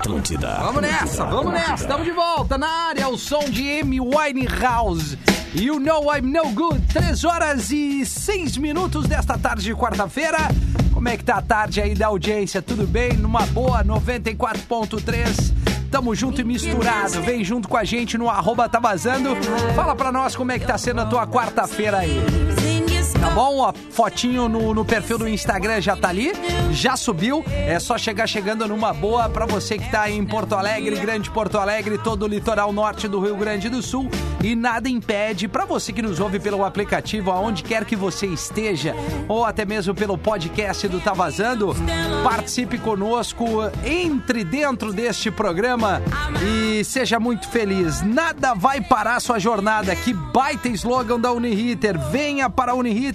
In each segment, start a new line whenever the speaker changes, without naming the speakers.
Atlântida.
Vamos nessa, vamos nessa. Estamos de volta na área. O som de M. Winehouse. You know I'm no good. Três horas e seis minutos desta tarde de quarta-feira. Como é que tá a tarde aí da audiência? Tudo bem? Numa boa 94.3. Tamo junto e misturado. Vem junto com a gente no arroba tá vazando. Fala pra nós como é que tá sendo a tua quarta-feira aí. Tá bom? A fotinho no, no perfil do Instagram já tá ali, já subiu. É só chegar chegando numa boa pra você que tá em Porto Alegre, Grande Porto Alegre, todo o litoral norte do Rio Grande do Sul. E nada impede pra você que nos ouve pelo aplicativo, aonde quer que você esteja, ou até mesmo pelo podcast do Tá Vazando, participe conosco, entre dentro deste programa e seja muito feliz. Nada vai parar sua jornada. Que baita slogan da Uniriter. Venha para a Uniriter.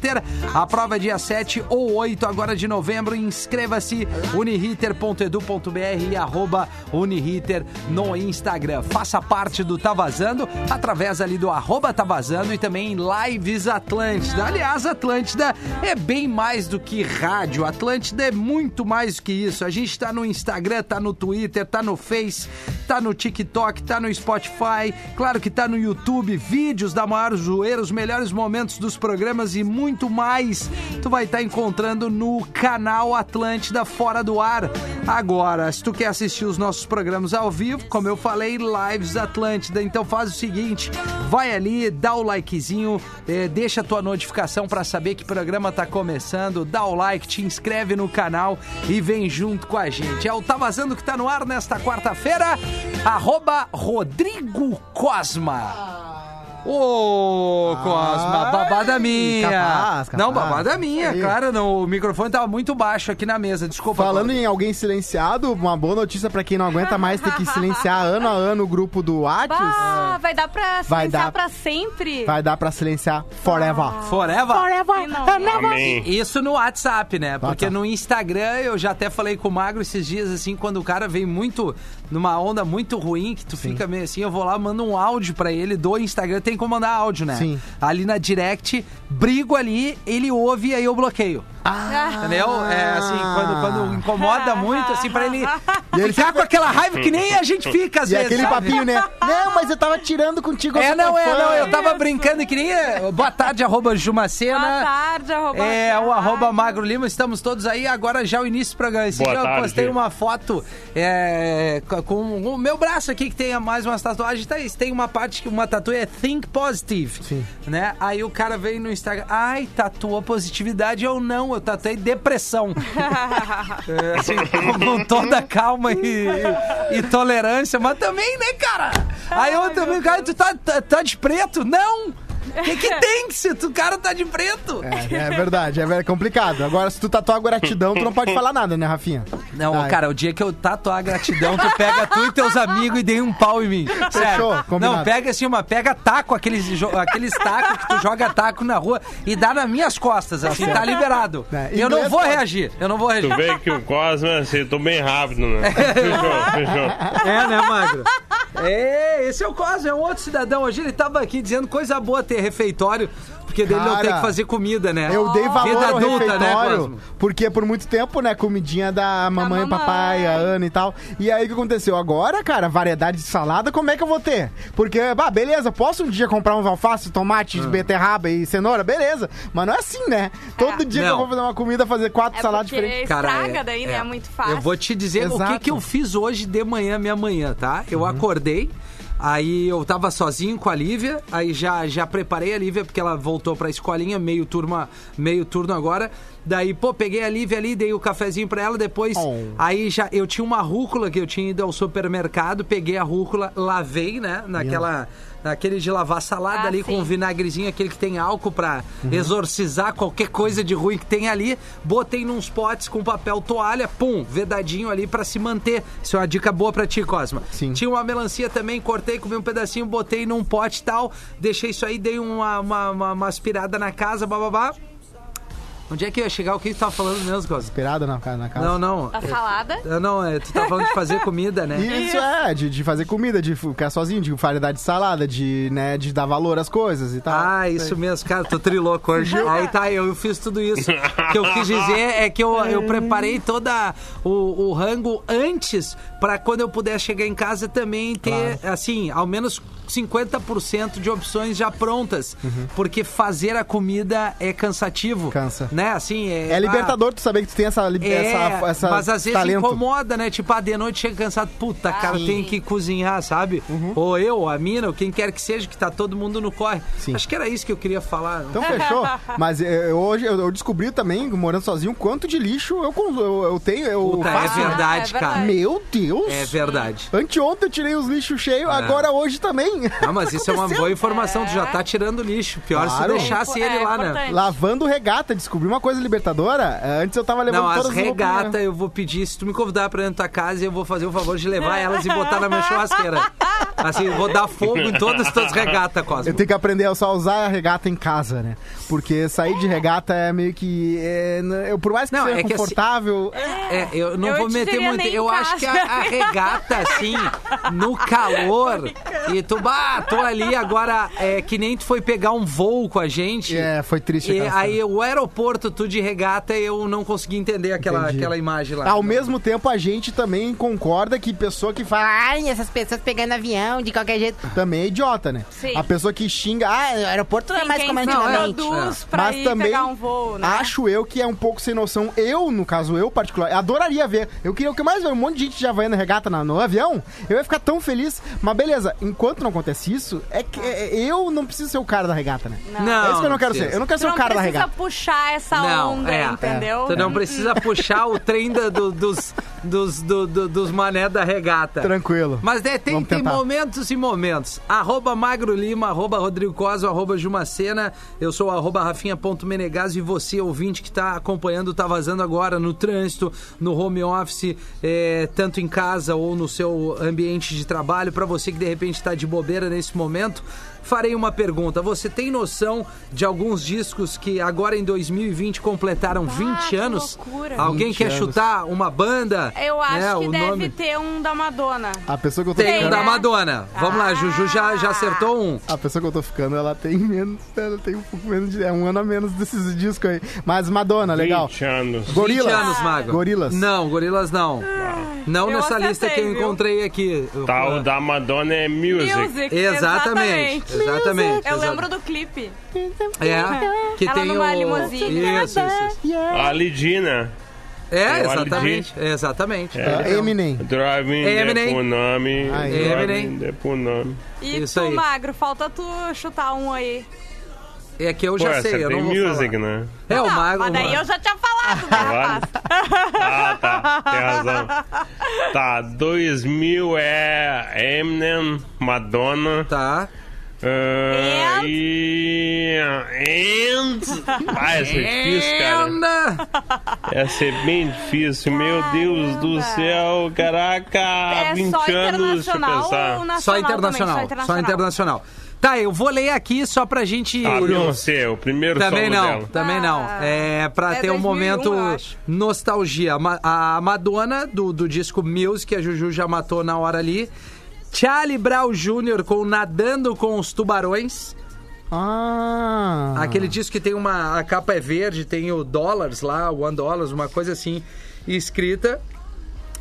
A prova é dia 7 ou 8 agora de novembro. Inscreva-se uniriter.edu.br e arroba Uniriter no Instagram. Faça parte do Tá Vazando através ali do arroba Tá Vazando e também em Lives Atlântida. Aliás, Atlântida é bem mais do que rádio. Atlântida é muito mais do que isso. A gente tá no Instagram, tá no Twitter, tá no Face, tá no TikTok, tá no Spotify, claro que tá no YouTube, vídeos da maior zoeira, os melhores momentos dos programas e muito mais. Tu vai estar encontrando no canal Atlântida Fora do Ar. Agora, se tu quer assistir os nossos programas ao vivo, como eu falei, Lives Atlântida, então faz o seguinte, vai ali, dá o likezinho, eh, deixa a tua notificação para saber que programa tá começando, dá o like, te inscreve no canal e vem junto com a gente. É o Tá Vazando que tá no ar nesta quarta-feira, arroba Rodrigo Cosma. Ô, Cosma,
Ai,
babada minha.
capaz, capaz.
Não, babada minha,
Aí.
claro, não, o microfone tava muito baixo aqui na mesa, desculpa.
Falando em alguém silenciado, uma boa notícia pra quem não aguenta mais ter que silenciar ano a ano o grupo do Whats.
Bah, Ah, vai dar pra
Vai
silenciar
dar.
pra sempre?
Vai dar pra silenciar forever.
Forever?
E não.
Amém.
Isso no WhatsApp, né? Porque
WhatsApp.
no Instagram eu já até falei com o Magro esses dias, assim, quando o cara vem muito numa onda muito ruim, que tu fica meio assim, eu vou lá, mando um áudio pra ele do Instagram, tem como mandar áudio, né?
Sim.
Ali na direct, brigo ali, ele ouve e aí eu bloqueio.
Ah,
Entendeu? É assim, quando, quando
Ah.
incomoda muito, assim, pra ele
E ele
ficar com aquela raiva que nem a gente fica, às
E
vezes.
aquele
sabe?
papinho, né? Não, mas eu tava tirando contigo. eu
É,
sou
não,
teu
é,
fã.
não, eu tava brincando que nem. é, Boa tarde, arroba Jumacena.
Boa
Ah,
tarde, arroba.
É, o arroba Magro Lima, estamos todos aí, agora já o início do programa. Esse
Boa
dia eu
tarde.
postei uma foto é, co- com o meu braço aqui, que tem mais umas tatuagens, tá, isso, tem uma parte que uma tatuagem é Think Positive,
Sim.
né? Aí o cara veio no Instagram, ai, tatuou positividade, eu não, eu tatuei depressão. É, assim, com- com toda calma e, e tolerância, mas também, né, cara? Aí eu também, cara, tu tá, tá, tá de preto? Não! O que, que tem que se tu cara tá de preto?
É, é verdade, é ver- complicado. Agora, se tu tatuar gratidão, tu não pode falar nada, né, Rafinha?
Não,
Tá.
cara, o dia que eu tatuar a gratidão, tu pega tu e teus amigos e dei um pau em mim. Sério.
combinado.
Não, pega assim uma, pega taco, aqueles, jo- aqueles tacos que tu joga taco na rua e dá nas minhas costas, assim, tá liberado.
É,
Eu não
inglês
vou
pode.
reagir, eu não vou
Tu
reagir.
vê que o Cosma acertou bem rápido, né? Fechou, fechou.
É, né, Magro? É, esse é o Cosmo, é um outro cidadão. Hoje ele tava aqui dizendo coisa boa ter refeitório, porque dele não
Cara,
tem que fazer comida, né?
Eu dei valor
Vida
ao
adulta, né,
refeitório,
Cosmo?
porque por muito tempo, né, comidinha da mamãe,
mamãe.
papai, a Ana e tal. E aí, o que aconteceu? Agora, cara, variedade de salada, como é que eu vou ter? Porque, bah, beleza, posso um dia comprar um alface, tomate,
Ah.
beterraba e cenoura? Beleza. Mas não é assim, né? Todo dia que eu
Não.
vou fazer uma comida, fazer quatro
É
saladas
porque
diferentes.
estraga
Cara, é-
daí, né? É muito fácil.
Eu vou te dizer o que,
Exato. Uhum.
que eu fiz hoje de manhã, minha manhã, tá? Eu acordei, aí eu tava sozinho com a Lívia, aí já, já preparei a Lívia, porque ela voltou pra escolinha, meio, turma, meio turno agora. Daí, pô, peguei a Lívia ali, dei o cafezinho pra ela, depois...
Oh.
Aí já eu tinha uma rúcula que eu tinha ido ao supermercado, peguei a rúcula, lavei, né? Naquela... Naquele de lavar salada
Ah,
ali com
sim.
o vinagrezinho, aquele que tem álcool pra exorcizar qualquer coisa de ruim que tem ali. Botei nos potes com papel toalha, pum, vedadinho ali pra se manter. Isso é uma dica boa pra ti, Cosma.
Sim.
Tinha uma melancia também, cortei, comi um pedacinho, botei num pote e tal. Deixei isso aí, dei uma, uma, uma, uma aspirada na casa, bababá. Onde é que eu ia chegar? O que tu tava falando mesmo, Cosme?
Esperada na, ca- na casa.
Não, não.
A Tá salada.
Eu não, é, tu tá falando de fazer comida, né?
Isso é, de, de fazer comida, de ficar sozinho, de variedade de salada, de, né, de dar valor às coisas e tal.
Ah, isso mesmo, cara, tô triloco hoje. Aí tá, eu fiz tudo isso. O que eu quis dizer é que eu, eu preparei toda o, o rango antes pra quando eu puder chegar em casa também ter, assim, ao menos 50% de opções já prontas. Porque fazer a comida é cansativo.
Cansa.
Né, assim... É,
É
ah,
libertador tu saber que tu tem essa, li-
É,
essa, essa
mas às vezes
talento.
incomoda, né? Tipo, ah, de noite chega cansado, puta, cara,
Ah, sim.
tem que cozinhar, sabe?
Uhum.
Ou eu, a mina, ou quem quer que seja, que tá todo mundo no corre.
Sim.
Acho que era isso que eu queria falar.
Então fechou. Mas eh, eu- hoje eu eu descobri também, morando sozinho, quanto de lixo eu, cons- eu, eu tenho, eu
Puta, é
faço.
verdade,
Ah, é
cara.
Meu Deus!
É verdade. É.
Anteontem eu tirei os lixos cheios, agora hoje também.
Ah, mas isso é uma boa informação, tu já tá tirando lixo. Pior se
Claro.
deixasse
É
ele lá, né?
importante.
Lavando regata, descobri uma coisa libertadora. eh, Antes eu tava levando
Não, as
todas roupas, né?
regatas eu vou pedir, se tu me convidar pra dentro da tua casa, eu vou fazer o favor de levar elas e botar na minha churrasqueira. Assim, eu vou dar fogo em todas as tuas regatas, Cosmo.
Eu tenho que aprender a só usar a regata em casa, né? Porque sair de regata é meio que. é, n- eu, por mais que
Não,
seja
é que assim-
confortável.
É, eu não
Eu
vou
te
meter
diria
muito.
nem em
Eu acho
casa.
que a, a regata, assim, no calor. E tu, bah, tô ali agora, é que nem tu foi pegar um voo com a gente.
É, foi triste.
E
aquela cena.
aí o aeroporto, tu de regata, eu não consegui entender aquela,
Entendi.
aquela imagem lá.
Ao mesmo tempo, a gente também concorda que pessoa que fala
Ai, essas pessoas pegando avião de qualquer jeito.
também é idiota, né?
Sim.
A pessoa que xinga. Ah,
Ah, o aeroporto não é mais
Quem
como
se
antigamente.
produz pra
É. mas
ir
também
pegar um voo, né?
acho eu que é um pouco sem noção. Eu, no caso, eu particular, adoraria ver. Eu queria o que mais ver um monte de gente já vai na regata na- no avião. Eu ia ficar tão feliz. Mas beleza, enquanto não acontece isso, é que é- eu não preciso ser o cara da regata, né?
Não.
Não,
é isso que eu não quero
precisa.
ser. Eu não quero
Tu
ser o
não
cara da
precisa
regata.
puxar essa
Não,
onda,
é,
entendeu?
Tu não precisa puxar o trem da- do- dos, dos, do- do- dos mané da regata.
Tranquilo.
Mas né, tem,
Vamos
tem
tentar.
momentos e momentos. Arroba Magro Lima, arroba Rodrigo Cosmo, arroba Jumacena. Eu sou o arroba Rafinha.menegas e você, ouvinte que está acompanhando, tá vazando agora no trânsito, no home office, é, tanto em casa ou no seu ambiente de trabalho. Para você que de repente está de bobeira nesse momento, farei uma pergunta. Você tem noção de alguns discos que agora em 2020 completaram 20
Ah, que
anos?
loucura.
Alguém
20
quer
anos.
chutar uma banda?
Eu acho
né,
que
o
deve
nome?
ter um da Madonna.
A pessoa que eu tô
Tem um
ficando.
da
né?
Madonna. Vamos lá,
Ah.
Juju já, já acertou um.
A pessoa que eu tô ficando, ela tem menos. Ela tem um pouco menos de. É um ano a menos desses discos aí. Mas Madonna, legal.
20 anos.
Gorilas.
20 anos, Mago.
Gorilas.
Não, gorilas não. Não
Ah, Eu
nessa
acertei,
lista que eu
viu?
encontrei aqui.
Tá,
Ah,
o da Madonna é music.
Music.
Exatamente. Exatamente.
Eu
exa-
lembro do clipe.
É, que
Ela
tem
numa né?
o...
limusine.
Isso, isso.
A Lidina.
É,
Eu
exatamente. Exatamente.
É, Eminem.
Driving
Eminem.
é por nome.
Aí.
Eminem.
Driving é por nome.
E
Isso
tu,
aí.
magro, falta tu chutar um aí.
É que eu
Pô,
já
essa
sei, eu
tem
não vou
music,
falar.
né?
É, o
não,
Mago...
mas daí eu já tinha falado, né, rapaz?
Ah, tá. Tem razão. Tá, 2000 é Eminem, Madonna.
Tá.
ah,
And?
e. And. Ah, essa é difícil, cara.
Ana!
Essa é bem difícil. Meu Deus do céu, caraca.
É
20
só
anos, Tá deixa eu
internacional
pensar.
ou nacional?
Só
também?
internacional. Só internacional. Tá, eu vou ler aqui só pra gente...
Ah, Beyoncé, o primeiro
Também
solo
não,
dela.
Tá.
também
Ah,
não. É pra
é
ter um
2001,
momento
eu acho.
nostalgia. Ma- A Madonna, do, do disco Mills, que a Juju já matou na hora ali. Charlie Brown Jr. com Nadando com os Tubarões.
Ah.
Aquele disco que tem uma... A capa é verde, tem o dólares lá, one dollars, uma coisa assim, escrita.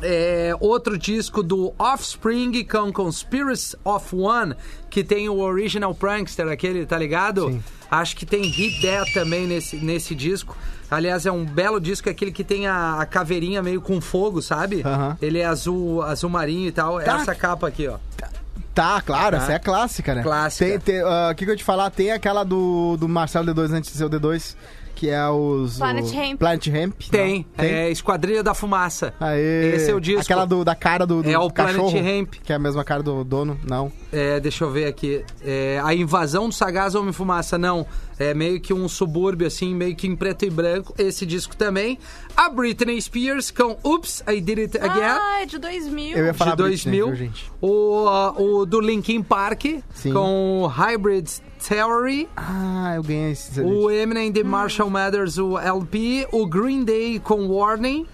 É, outro disco do Offspring com Conspiracy of One, que tem o Original Prankster, aquele, tá ligado? Acho que tem Hit That também nesse, nesse disco. Aliás, é um belo disco, aquele que tem a, a caveirinha meio com fogo, sabe?
Aham.
Ele é azul, azul marinho e tal. É
Tá.
Essa capa aqui, ó.
Tá, claro, essa é a clássica, né?
Clássica.
Tem- tem, ah, O que, que eu ia te falar? Tem aquela do, do Marcelo D2 antes de ser o D2, que é os.
Planet
o-
Hemp.
Planet Hemp.
Tem,
não? Tem.
é Esquadrilha da Fumaça.
Aê.
Esse é o disco.
Aquela do, da cara do, do
É o Planet
cachorro.
Hemp.
Que é a mesma cara do dono, não.
É, deixa eu ver aqui. É, a invasão do Sagaz Homem Fumaça, não. É meio que um subúrbio, assim, meio que em preto e branco. Esse disco também. A Britney Spears com Oops, I Did It Again.
Ah, é de 2000.
Eu ia falar
de
Britney,
2000,
viu, gente?
o, ah, o do Linkin Park
Sim.
com Hybrid Theory,
Ah, eu ganhei esse CD.
o Eminem The Marshall Mathers, o LP, o Green Day com Warning,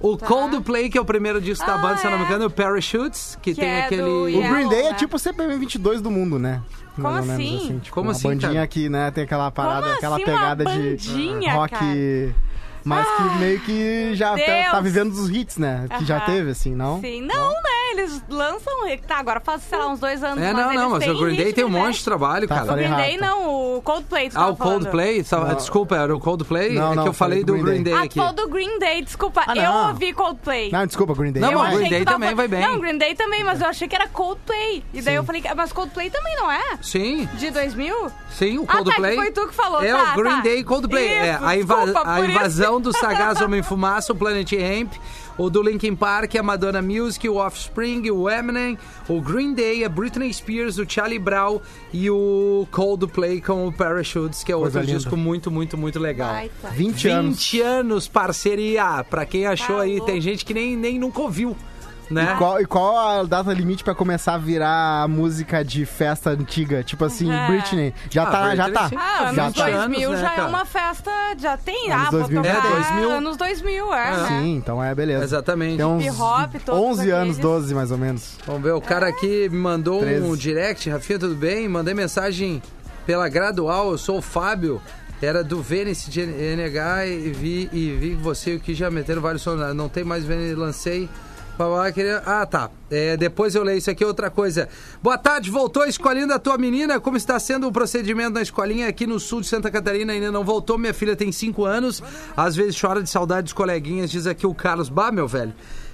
o Coldplay, que é o primeiro disco da
Tá. Ah,
banda, se eu não me
é.
engano, o Parachutes, que,
Que
tem
é
aquele...
do
O
Yeah.
Green Day é
né?
tipo o CPM 22 do mundo, né?
Como
Mais ou menos
assim?
tipo,
Como
uma
assim,
bandinha
cara?
aqui, né? Tem aquela parada,
Como
aquela
assim uma
pegada de
bandinha,
rock...
cara? Ah,
Mas que meio que já tá,
Deus.
tá vivendo dos hits, né? Que já
Aham.
teve, assim, não?
Sim, não, né? Eles lançam. Tá, agora faz, sei lá, uns dois anos.
É, não,
eles
não, mas
têm
o Green Day
ritmo,
tem um
né?
monte de trabalho,
Tá,
cara.
O
falei
Green Day
errado.
não, o Coldplay. tu
Ah,
tava
o
falando.
Coldplay? só- Desculpa, era o Coldplay?
Não,
é
não,
que eu falei do Green Day
Ah, tu
aqui.
falou do Green Day, desculpa.
Ah,
eu
não.
ouvi Coldplay.
Não, desculpa, Green Day.
Não,
Eu
mas o
achei
Green
que
Day
tava
também vai
falando-
bem.
Não, Green Day também, mas eu achei que era Coldplay. E daí eu falei, "Ah, mas Coldplay também não é?
Sim,
De 2000?
sim, o
Ah, tá,
Coldplay.
que foi tu que falou,
É
tá,
o Green
tá.
Day e Coldplay. é,
Isso,
a, inva-
desculpa
a
por isso.
invasão do Sagaz Homem Fumaça, o Planet Hemp, o do Linkin Park, a Madonna Music, o Offspring, o Eminem, o Green Day, a Britney Spears, o Charlie Brown e o Coldplay com o Parachutes, que é
Coisa
outro
linda.
disco muito, muito, muito legal.
Ai, tá.
20, anos.
20 anos, parceria. Pra quem achou
Tá
aí,
louco.
tem gente que nem, nem nunca ouviu, né?
E qual, e qual a data limite pra começar a virar música de festa antiga? Tipo assim,
É.
Britney. Já
Ah,
tá, já
Britney,
tá.
sim.
Ah,
Já
anos
tá.
2000
Anos, né,
já é
cara?
uma festa, já tem.
Anos
ah,
2000.
vou tocar
É, Ah, 2000.
anos 2000, é. né?
Sim, então é beleza.
Exatamente.
Tem uns
Hip hop, todos
11 anos,
aqueles.
12 mais ou menos.
Vamos ver, o cara aqui me mandou um
13.
direct. Rafinha, tudo bem? Mandei mensagem pela Gradual, eu sou o Fábio. Era do Vênice de NH e vi, e vi você que já meteram vários sons. né? Não tem mais Vênice, lancei. Blá, blá, blá, queria- Ah, tá. É, depois eu leio isso aqui, outra coisa. Boa tarde, voltou a escolinha da tua menina? Como está sendo o procedimento na escolinha aqui no sul de Santa Catarina? Ainda não voltou, minha filha tem 5 anos. Às vezes chora de saudade dos coleguinhas, diz aqui o Carlos. Bah, meu velho.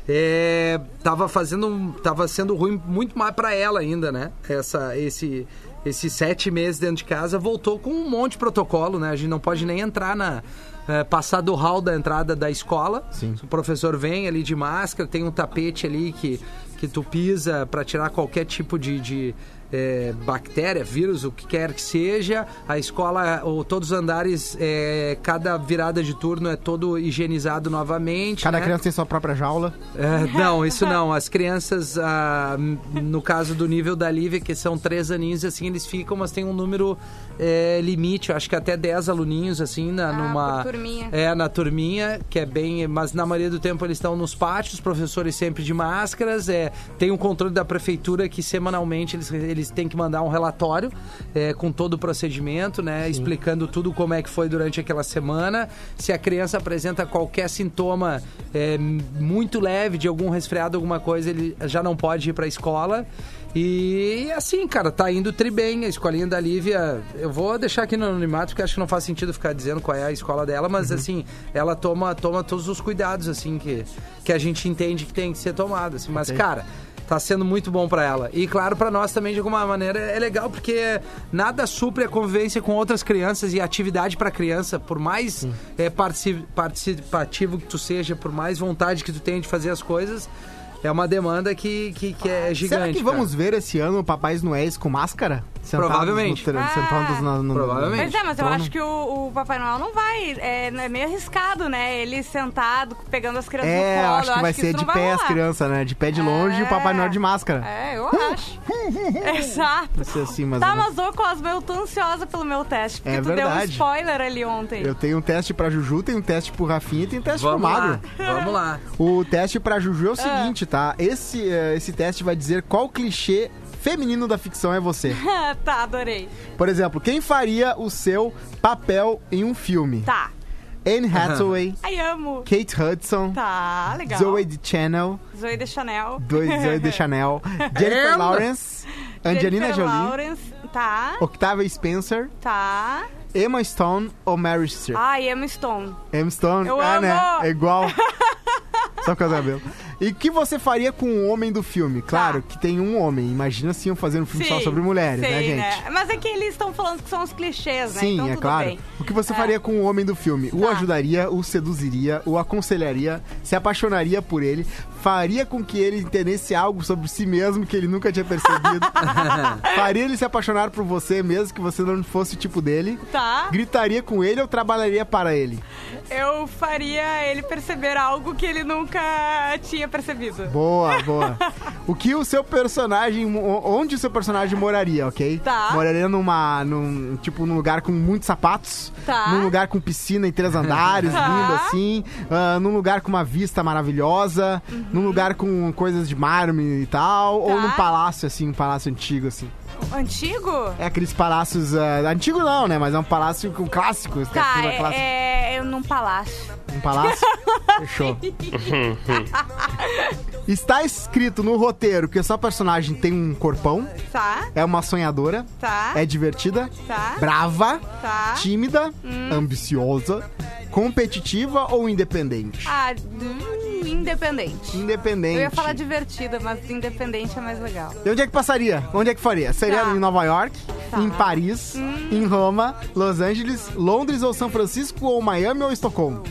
É, tava fazendo um- tava sendo ruim muito mais pra ela ainda, né? Essa esse esses sete meses dentro de casa voltou com um monte de protocolo, né? A gente não pode nem entrar na é, passar do hall da entrada da escola.
Sim.
O professor vem ali de máscara, tem um tapete ali que que tu pisa pra tirar qualquer tipo de, de, é, bactéria, vírus, o que quer que seja. A escola, ou todos os andares, é, cada virada de turno é todo higienizado novamente.
Cada
né?
criança tem sua própria jaula.
É, não, isso não. As crianças, ah, no caso do nível da Lívia, que são três aninhos, assim, eles ficam, mas tem um número eh, limite, eu acho que até 10 aluninhos, assim, na,
Ah,
numa.
por turminha.
É, na turminha, que é bem. Mas na maioria do tempo eles estão nos pátios, os professores sempre de máscaras. É, tem o controle da prefeitura que semanalmente eles, eles têm que mandar um relatório é, com todo o procedimento, né? Explicando tudo como é que foi durante aquela semana. Se a criança apresenta qualquer sintoma é, muito leve de algum resfriado, alguma coisa, ele já não pode ir pra escola. E assim, cara, tá indo tri bem. A escolinha da Lívia, eu vou deixar aqui no anonimato, porque acho que não faz sentido ficar dizendo qual é a escola dela, mas
Uhum.
assim, ela toma, toma todos os cuidados, assim, que, que a gente entende que tem que ser tomado. Assim. Mas, cara, tá sendo muito bom pra ela. E claro, pra nós também, de alguma maneira, é legal, porque nada supre a convivência com outras crianças e a atividade pra criança, por mais eh, partici- participativo que tu seja, por mais vontade que tu tenha de fazer as coisas. É uma demanda que, que, que é gigante.
Será que
cara.
vamos ver esse ano Papais Noéis com máscara? Sentados
Provavelmente.
No, tra-
Ah.
sentados na- no-
Provavelmente.
Mas é, mas eu
Então,
acho que o, o Papai Noel não vai. É, é meio arriscado, né? Ele sentado, pegando as crianças
É,
no colo.
acho que vai ser
isso
de
não
pé
vai
as
rolar.
crianças, né? De pé de longe e o Papai Noel de máscara.
É, eu acho. Exato.
Vai ser assim, mais
Tá,
ou menos.
mas ô Cosmo, eu tô ansiosa pelo meu teste, porque
É
tu deu um
verdade.
spoiler ali ontem.
Eu tenho um teste pra Juju, tenho um teste pro Rafinha e tem um teste
Vamos
pro Magro.
lá, vamos lá.
O teste pra Juju é
Ah.
o seguinte, tá? Esse, eh, esse teste vai dizer qual clichê feminino da ficção é você.
tá, adorei.
Por exemplo, quem faria o seu papel em um filme?
Tá.
Anne Hathaway,
Ai, amo.
Kate Hudson,
Tá, legal.
Zoe de Channel,
Zoe de Chanel.
Zoe de Chanel, Jennifer
Ela?
Lawrence, Angelina
Jennifer
Jolie, Oh.
Lawrence. Tá,
Octavia Spencer,
tá.
Emma Stone ou Mary Streep?
Ai, Emma Stone.
Emma Stone,
Ah, Eu
ah,
amo!
né? É igual. Só por causa do cabelo. E o que você faria com o homem do filme? Claro que tem um homem. Imagina se iam fazer um filme só
Tá. Sim,
sobre mulheres, né,
sei,
gente?
Mas é que eles estão falando que são os clichês, né?
Sim,
então,
é
tudo
claro.
Bem.
O que você
É.
faria com o homem do filme? O
Tá.
ajudaria, o seduziria, o aconselharia, se apaixonaria por ele, faria com que ele entendesse algo sobre si mesmo que ele nunca tinha percebido, faria ele se apaixonar por você mesmo que você não fosse o tipo dele,
Tá,
gritaria com ele ou trabalharia para ele.
eu faria ele perceber algo que ele nunca tinha percebido.
Boa, boa. o que o seu personagem. o- Onde o seu personagem moraria, ok?
Tá.
Moraria numa. Num, tipo, num lugar com muitos sapatos.
Tá.
Num lugar com piscina em três andares,
Tá.
lindo assim. ah, num lugar com uma vista maravilhosa. Num lugar com coisas de mármore e tal. Ou
Uhum. Tá.
num palácio, assim, um palácio antigo, assim.
Antigo?
É aqueles palácios. ah, antigo não, né? Mas é um palácio com clássicos.
Tá,
arquitetura clássica.
é, é num palácio.
Um palácio? Fechou. Está escrito no roteiro que o seu personagem tem um corpão,
Tá,
é uma sonhadora,
tá,
é divertida,
tá,
brava,
tá.
tímida, ambiciosa, competitiva ou independente?
Ah, hum, independente.
Independente.
Eu ia falar divertida, mas independente é mais legal.
E onde é que passaria? Onde é que faria? Seria
Tá.
em Nova York,
Tá. Hum.
em Paris, em Roma, Los Angeles, Londres ou São Francisco ou Miami ou Estocolmo?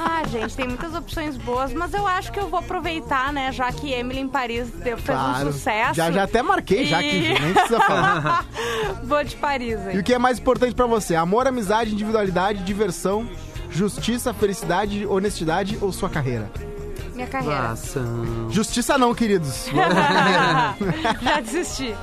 Ah, gente, tem muitas opções boas, mas eu acho que eu vou aproveitar, né? Já que Emily em Paris deu, fez um sucesso.
Já, já até marquei, já que
E-
nem precisa falar.
Vou de Paris
E
aí.
o que é mais importante pra você? Amor, amizade, individualidade, diversão, justiça, felicidade, honestidade ou sua carreira?
Minha carreira.
Nossa.
Justiça não, queridos.
já desisti.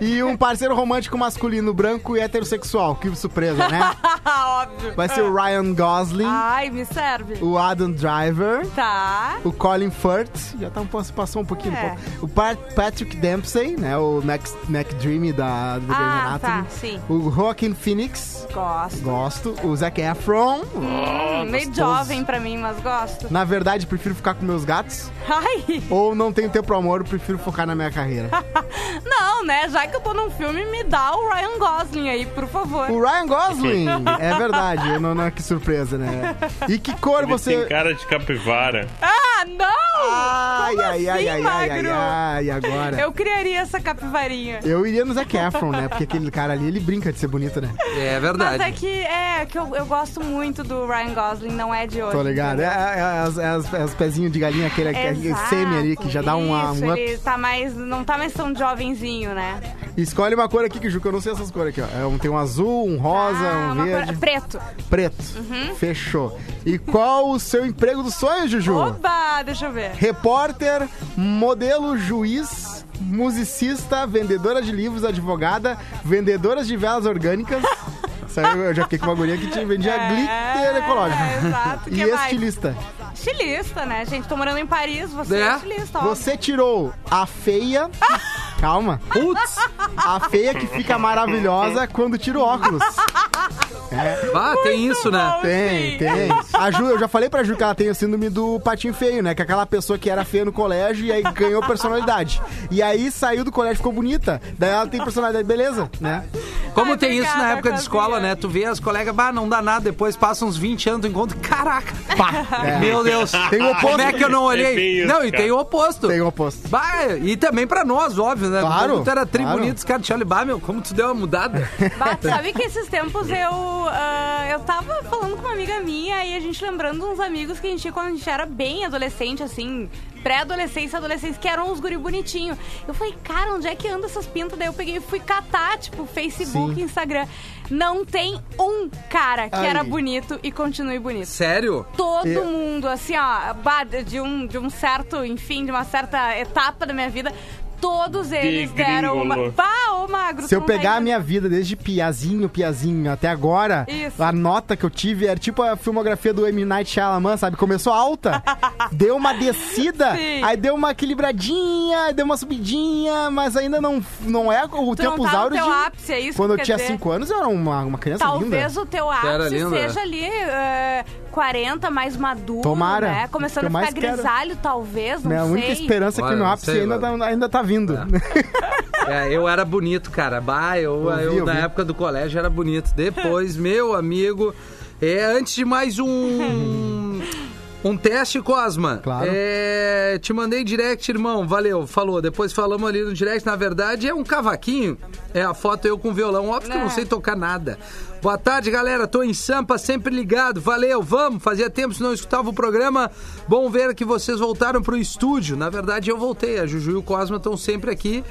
E um parceiro romântico masculino, branco e heterossexual. Que surpresa, né?
Óbvio.
Vai ser o Ryan Gosling,
Ai, me serve.
o Adam Driver,
Tá.
o Colin Firth, já tá um, pouco- passou um pouquinho,
É.
um pouco. o Pat- Patrick Dempsey, né? O Mac, Mac Dreamy da, do Grey's
Ah,
Anatomy.
tá, sim.
O Joaquin Phoenix,
Gosto.
gosto. O Zac Efron,
Hum, meio
gostoso.
jovem pra mim, mas gosto.
na verdade prefiro ficar com meus gatos.
Ai.
Ou não tenho tempo pro amor, eu prefiro focar na minha carreira.
Não, né? Já que eu tô num filme, me dá o Ryan Gosling aí, por favor.
O Ryan Gosling! É verdade, eu não, não é que surpresa, né? E que cor
Ele
você. Tá.
tem cara de capivara.
Ah, não!
Ai,
Como assim,
ai, ai, ai, ai, ai,
magro?
ai, agora. Eu...
Eu criaria essa capivarinha.
iria no Zac Efron, né? Porque aquele cara ali, ele brinca de ser bonito, né?
É
Mas
verdade.
é que, é, que eu, eu gosto muito do Ryan Gosling, não é de hoje.
Tô ligado. É, é, é, as, é as- é os pezinhos de galinha, aquele, aquele
Exato.
semi ali, que já dá uma,
Isso,
um up.
ele tá mais, não tá mais tão jovenzinho, né?
Escolhe uma cor aqui, que Ju, que eu não sei essas cores aqui, ó. É um- Tem um azul, um rosa,
Ah,
um
uma
verde,
cor- Uhum. Preto.
preto. Fechou. E qual o seu emprego do sonho, Juju?
Oba, deixa eu ver.
repórter, modelo, juiz, musicista, vendedora de livros, advogada, vendedora de velas orgânicas. Isso aí eu já fiquei com uma guria que te vendia
É,
glitter ecológico.
é, exato.
E
Que mais?
estilista.
Estilista, né, gente? Tô morando em Paris, você é,
É.
estilista, ó.
Né? Você tirou a feia. Calma.
Putz,
A feia que fica maravilhosa quando tira o óculos. É.
ah, tem isso, né?
Tem,
Sim.
tem. A Ju, eu já falei pra Ju que ela tem a síndrome do patinho feio, né? Que é aquela pessoa que era feia no colégio e aí ganhou personalidade. E aí saiu do colégio e ficou bonita. Daí ela tem personalidade, beleza, né?
Como
Ai,
tem isso na
obrigada,
época de
Casinha.
escola, né? Tu vê as colegas, bah, não dá nada, depois passa uns 20 anos, tu encontra, caraca, pá,
É.
meu Deus,
Tem o oposto.
como é que eu não olhei?
É bem isso,
não, e
cara.
tem o oposto.
Tem o oposto.
Bah, e também pra nós, óbvio, né?
Claro,
Quando tu era tri
claro.
bonito, os caras te olham, bah, meu, como tu deu uma mudada.
Bah,
é.
tu sabe que esses tempos eu, ah, eu tava falando com uma amiga minha e a gente lembrando uns amigos que a gente tinha quando a gente era bem adolescente, assim, pré-adolescência, adolescência, que eram uns guri bonitinho. Eu falei, cara, onde é que anda essas pintas? Daí eu peguei e fui catar, tipo, Facebook,
Sim.
Instagram. Não tem um cara que
Aí.
era bonito e continue bonito.
Sério?
Todo
Eu-
mundo, assim, ó, bah, de um, de um certo, enfim, de uma certa etapa da minha vida, todos eles deram uma.
gringolo.
Bah, ô magro,
Se eu
tu não tá
pegar a
entendendo.
minha vida desde piazinho, piazinho até agora,
Isso.
a nota que eu tive era tipo a filmografia do M. Night Shyamalan, sabe? Começou alta, deu uma descida,
Sim.
aí deu uma equilibradinha, aí deu uma subidinha, mas ainda não, não é o
Tu não
tempo
tá no
áureo
teu
de... um-
ápice, é isso
Quando
que quer
eu tinha
dizer?
5 anos, eu era uma, uma criança
Talvez
linda.
o teu
Era
ápice
linda.
seja ali eh, 40, mais maduro,
Tomara. É
né? Começando
Que
a
eu
ficar
mais quero.
grisalho, talvez, não
Minha
sei.
única esperança é que
Olha,
meu
não
ápice
sei,
ainda,
mano.
tá, ainda tá vindo.
É, eu era bonito, cara. Bah, eu,
Ouvi,
eu na
ouvi.
época do colégio era bonito. Depois, meu amigo. É, antes de mais um. Um teste, Cosma.
Claro.
É, te mandei direct, irmão. Valeu, falou. Depois falamos ali no direct. Na verdade, é um cavaquinho. É a foto eu com violão. Óbvio que eu não
É.
sei tocar nada. Boa tarde, galera. Tô em Sampa, sempre ligado. Valeu, vamos. Fazia tempo que não escutava o programa. Bom ver que vocês voltaram pro estúdio. Na verdade, eu voltei. A Juju e o Cosma estão sempre aqui.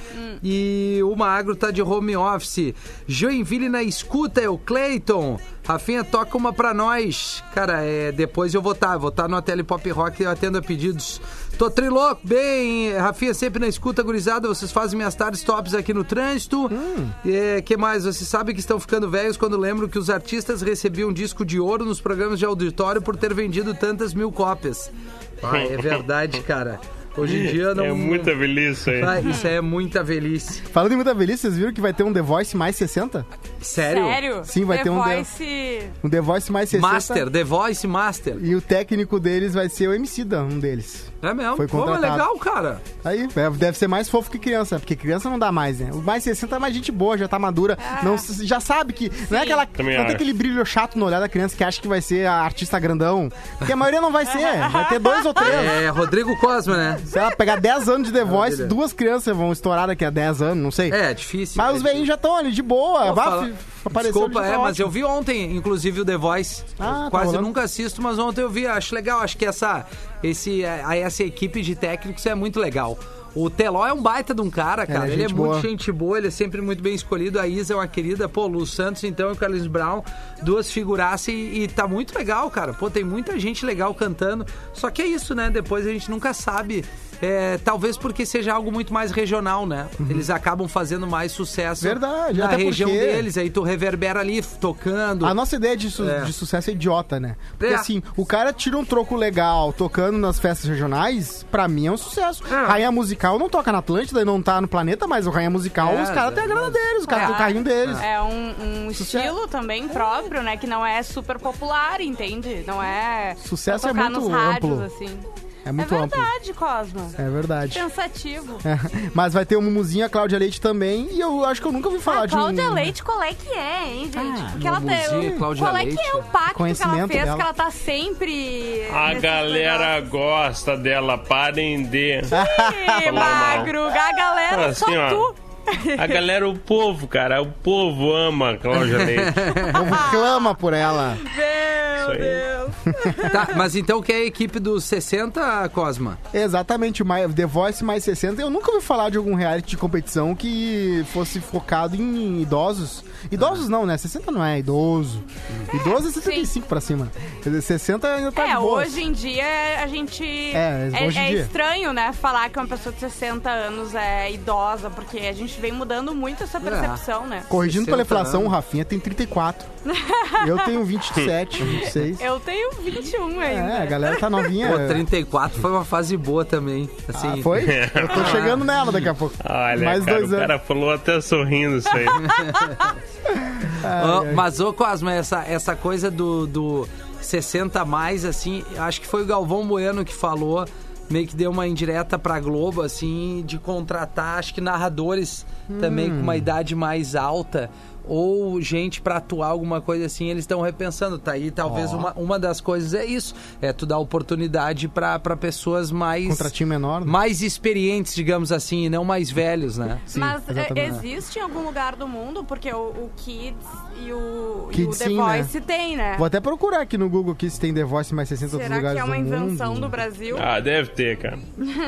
E o Magro tá de home office. Joinville na escuta, é o Clayton. Rafinha, toca tá, uma pra nós. Cara, é, depois eu vou estar. Vou estar no Hotel Pop Rock atendo a pedidos. Tô trilouco, bem. Rafinha sempre na escuta, gurizada. Vocês fazem minhas tardes tops aqui no trânsito.
Hum.
É, que mais? Vocês sabem que estão ficando velhos quando lembro que os artistas recebiam um disco de ouro nos programas de auditório por ter vendido tantas mil cópias. Ah, é verdade, cara. Hoje em dia não.
É muita velhice aí.
Ah, isso aí é muita velhice.
Falando em muita velhice, vocês viram que vai ter um The Voice mais 60?
Sério?
Sério?
Sim, vai
The
ter um de-
Voice...
Um The Voice mais 60.
Master, The Voice Master.
E o técnico deles vai ser o MC da um deles.
É mesmo?
Foi
Pô, mas
contratado.
legal, cara.
Aí, é, deve ser mais fofo que criança, porque criança não dá mais, né? O mais 60 é mais gente boa, já tá madura,
Ah.
não, se- já sabe que. Não é aquela.
Também
não
acho.
tem aquele brilho chato no olhar da criança que acha que vai ser a artista grandão. Porque a maioria não vai ser, vai ter dois ou três.
É Rodrigo Cosma, né?
Se ela pegar 10 anos de The Voice,
Ah, beleza.
duas crianças vão estourar daqui a 10 anos, não sei.
É, difícil.
Mas os
né?
velhinhos já estão ali, de boa.
Pô,
Bah,
fala-
fi- apareceu
Desculpa,
ali,
é,
tá
mas
ótimo.
eu vi ontem, inclusive, o The Voice.
Ah, tá
Quase
rolando.
nunca assisto, mas ontem eu vi. Acho legal, acho que essa, esse, a- essa equipe de técnicos é muito legal. O Teló é um baita de um cara, cara.
é
ele é
gente
muito
boa.
gente boa, ele é sempre muito bem escolhido. A Isa é uma querida, pô, Lu Santos então e o Carlos Brown, duas figuraças e, e tá muito legal, cara. Pô, tem muita gente legal cantando. Só que é isso, né? Depois a gente nunca sabe. É, talvez porque seja algo muito mais regional, né?
Uhum.
Eles acabam fazendo mais sucesso
Verdade,
na
até
região
porque-
deles. Mas aí tu reverbera ali, tocando.
A nossa ideia de, su-
É.
de sucesso é idiota, né? Porque
É.
assim, o cara tira um troco legal tocando nas festas regionais, pra mim é um sucesso.
Ah.
Rainha Musical não toca na Atlântida e não tá no planeta, mas o Rainha Musical,
É,
os caras têm a grana deles, os caras têm Tá o carrinho deles.
É um, um estilo também próprio, né? Que não é super popular, entende? Não é.
Sucesso
pra
é
tocar
muito
nos rádios,
amplo.
assim.
É muito
é
amplo.
verdade, Cosmo.
É verdade.
Pensativo.
É. Mas vai ter o Mumuzinho, a Cláudia Leite também, e eu acho que eu nunca ouvi falar
a
de um...
Cláudia Leite, qual é que é, hein, gente? Porque ela
Mumuzinho,
tem.
Cláudia
qual é que
Leite.
é o pacto que ela
Ah, Conhecimento
fez,
dela.
que ela tá sempre.
A
nesses
galera gosta dela, parem de.
Ah.
negócios. Ih,
Falou mal.
magro. A galera,
Ah,
só
assim, ó.
tu.
A galera, o povo, cara, o povo ama a Cláudia Leite.
Clama por ela.
Isso aí.
Tá, mas então que é a equipe dos 60, Cosma?
Exatamente, o My- The Voice mais 60. Eu nunca ouvi falar de algum reality de competição que fosse focado em idosos. Idosos não, né? 60 não é idoso. Idoso é 65 pra cima. Quer dizer, 60 ainda tá
É,
de boa.
hoje em dia a gente.
É, hoje em
é
dia.
estranho, né? Falar que uma pessoa de 60 anos é idosa, porque a gente vem mudando muito
É.
essa percepção, né?
Corrigindo pela
60
inflação, o
anos.
Rafinha tem 34. eu tenho 27, 26.
Eu tenho 21
É, a
ainda.
galera tá novinha.
Pô, 34 foi uma fase boa também.
Ah,
Assim,
foi? Eu tô chegando nela daqui a pouco.
Olha,
Mais
cara,
dois
o cara
anos.
falou até sorrindo isso aí.
Ah, Mas, ô Cosma, essa, essa coisa do, do 60 a mais, assim, acho que foi o Galvão Bueno que falou, meio que deu uma indireta pra Globo, assim, de contratar, acho que narradores também com uma idade mais alta. Ou gente pra atuar alguma coisa assim, eles estão repensando, tá? aí talvez uma, uma das coisas é isso: é tu dar oportunidade pra pra pessoas mais.
Contratinho menor, né?
Mais experientes, digamos assim, e não mais velhos, né?
Sim,
Mas é,
exatamente.
existe em algum lugar do mundo, porque o, o Kids e o, e
Kids
o The
sim, né?
Voice tem, né?
Vou até procurar aqui no Google aqui se tem The Voice mais 60 outros
Será
lugares
que é uma
do mundo.
invenção do Brasil?
Ah, deve ter, cara.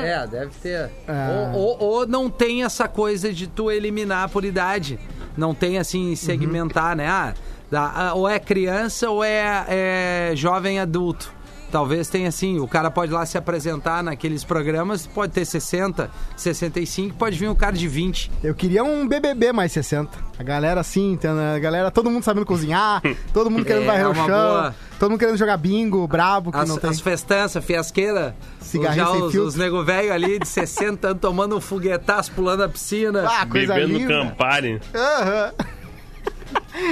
É, deve ter.
Ah.
Ou, ou- ou não tem essa coisa de tu eliminar por idade. Não tem
Uhum.
assim, segmentar, né? Ah, dá- ah, ou é criança ou é, é jovem adulto. Talvez tenha assim, o cara pode lá se apresentar naqueles programas, pode ter 60, 65, pode vir um cara de 20.
Eu queria um BBB mais 60. A galera assim, entendeu? a galera, todo mundo sabendo cozinhar, todo mundo querendo
É,
varrer o
uma
chão,
boa.
todo mundo querendo jogar bingo, brabo, que
As,
não tem.
as festanças, fiasqueira,
Cigarrinho
já
sem
os,
filtro.
os nego velho ali de 60 anos tomando um foguetaço, pulando a piscina.
Ah, coisa
Bebendo
linda.
Campari.
Aham.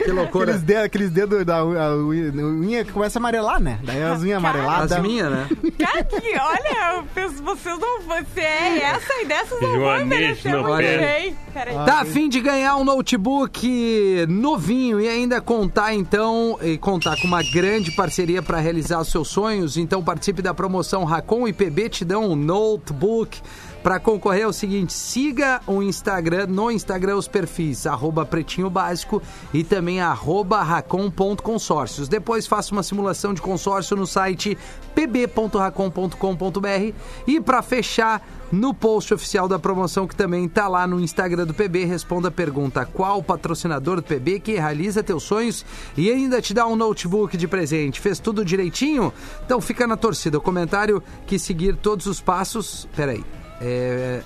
que loucura.
Aqueles dedos, aqueles dedos da u- a unha, unha que começa a amarelar, né? Daí as unhas amareladas.
As minhas, né?
Cara, que- olha, eu penso- vocês não. Você é essa e dessas não vão
Joanete
envelhecer
no
muito
pé.
bem. Peraí.
Tá a fim de ganhar um notebook novinho e ainda contar então e contar com uma grande parceria para realizar os seus sonhos? Então participe da promoção Racon e PB te dão um notebook Para concorrer é o seguinte, siga o Instagram, no Instagram os perfis, arroba Pretinho Básico e também arroba racon.consórcios. Depois faça uma simulação de consórcio no site pb.racon.com.br e para fechar, no post oficial da promoção que também tá lá no Instagram do PB, responda a pergunta qual o patrocinador do PB que realiza teus sonhos e ainda te dá um notebook de presente. Fez tudo direitinho? Então fica na torcida. O comentário que seguir todos os passos... Peraí. É,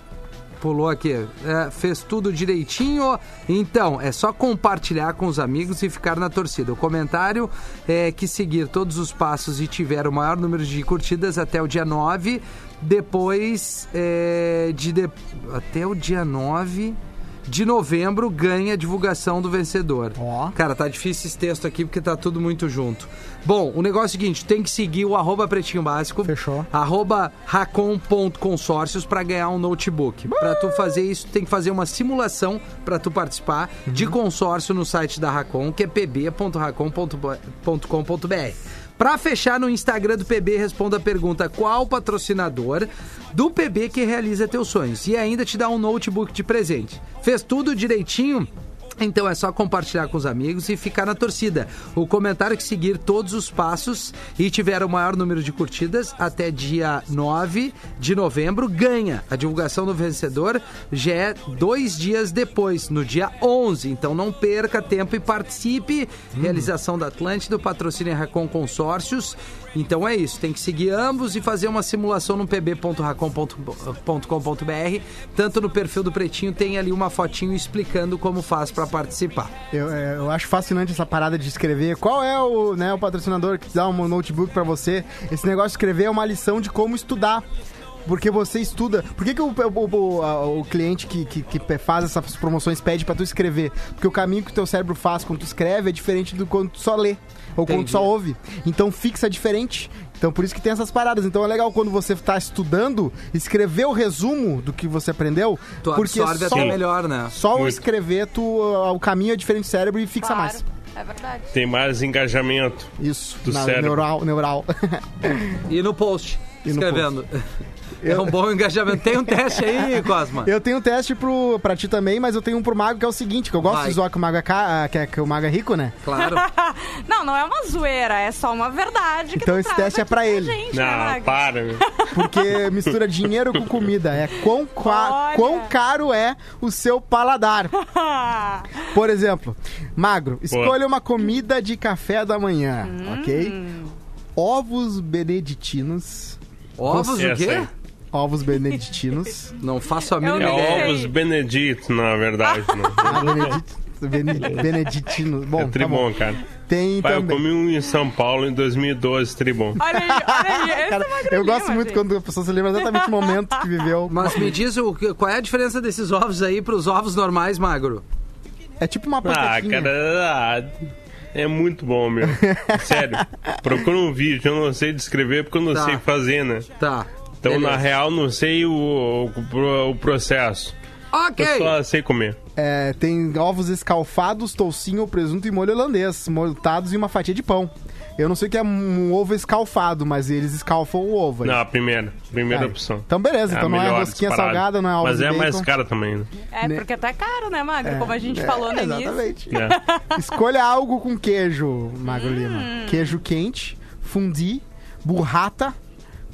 pulou aqui. É, fez tudo direitinho. Então, é só compartilhar com os amigos e ficar na torcida. O comentário é que seguir todos os passos e tiver o maior número de curtidas até o dia 9. Depois é, de, de- Até o dia 9 de novembro ganha a divulgação do vencedor.
Ó.
Cara, tá difícil esse texto aqui porque tá tudo muito junto. Bom, o negócio é o seguinte, tem que seguir o arroba pretinho básico.
Fechou.
Arroba racon.consórcios pra ganhar um notebook. Pra tu fazer isso, tem que fazer uma simulação pra tu participar de consórcio no site da Racon, que é pb.racon.com.br. Pra fechar no Instagram do PB, responda a pergunta: qual patrocinador do PB que realiza teus sonhos? E ainda te dá um notebook de presente. Fez tudo direitinho? Então é só compartilhar com os amigos e ficar na torcida. O comentário é que seguir todos os passos e tiver o maior número de curtidas até dia 9 de novembro ganha. A divulgação do vencedor já é dois dias depois, no dia 11. Então não perca tempo e participe. Realização da Atlântida, o patrocínio é Racon Consórcios. Então é isso, tem que seguir ambos e fazer uma simulação no pb.racon.com.br. Tanto no perfil do Pretinho tem ali uma fotinho explicando como faz pra participar.
Eu, é, eu acho fascinante essa parada de escrever. Qual é o, né, o patrocinador que dá um notebook pra você? Esse negócio de escrever é uma lição de como estudar. Porque você estuda. Por que, que o, o- o- a- o cliente que, que- que faz essas promoções pede pra tu escrever? Porque o caminho que o teu cérebro faz quando tu escreve é diferente do quando tu só lê. Ou quando tu
Entendi.
só ouve. Então fixa diferente. Então por isso que tem essas paradas. Então é legal quando você tá estudando, escrever o resumo do que você aprendeu.
Tu
porque
absorve
só um-
até melhor, né?
só o
Muito.
escrever, tu, uh, o caminho é diferente do cérebro e fixa
Claro,
mais.
É verdade.
Tem mais engajamento.
Isso.
Do
na-
cérebro.
Neural, neural.
E no post,
E no
escrevendo. É um bom engajamento. Tem um teste aí, Cosma.
eu tenho um teste pro, pra ti também, mas eu tenho um pro Mago que é o seguinte, que eu gosto
Vai.
de zoar que o Mago é, ca- ah, que é- que o Mago é rico, né?
Claro.
Não, não é uma zoeira, é só uma verdade. Que
Então
tu
esse
traz
teste é
aqui
pra
pra
ele.
Gente, né,
Não,
Mag?
Ah, para. meu.
Porque mistura dinheiro com comida. É quão, qua-
Olha.
quão caro é o seu paladar. Por exemplo, Magro, escolha uma comida de café da manhã,
Hum.
ok? Ovos beneditinos.
Ovos o
Essa
quê?
aí.
Ovos beneditinos.
Não faço a mínima
É
Não sei.
ideia.
ovos benedito, na verdade. Não.
Ah, Benedito, Bene- Beneditino. Bom,
É
tá bom.
tribom, cara.
Tem
Pai, eu
também.
comi um em São Paulo em 2012, tribom.
Olha aí, olha aí. Esse
Cara,
é magrelinho,
eu gosto muito
Mag.
quando a pessoa se lembra exatamente o
é.
momento que viveu.
Mas me diz o, que- qual é a diferença desses ovos aí pros ovos normais, magro?
É tipo uma
Ah,
panquequinha.
cara, ah, é muito bom, meu. Sério, procura um vídeo, eu não sei descrever porque eu não
Tá.
sei fazer, né?
Tá.
Então, na
beleza.
real, não sei o, o, o processo.
Ok.
Eu só sei comer.
É, tem ovos escalfados, toucinho, presunto e molho holandês, moltados e uma fatia de pão. Eu não sei o que é um ovo escalfado, mas eles escalfam o ovo. aí.
Não, a primeira. Primeira
Cara,
opção.
Então beleza,
a
então não é
melhor
rosquinha
disparada.
salgada, não é ovos
Mas é
bacon.
mais cara também, né?
É, porque tu é caro, né, Magro? Como a gente falou no
é,
início.
Exatamente.
É.
Escolha algo com queijo, Magro
Hum.
Lima. Queijo quente, fundi, burrata,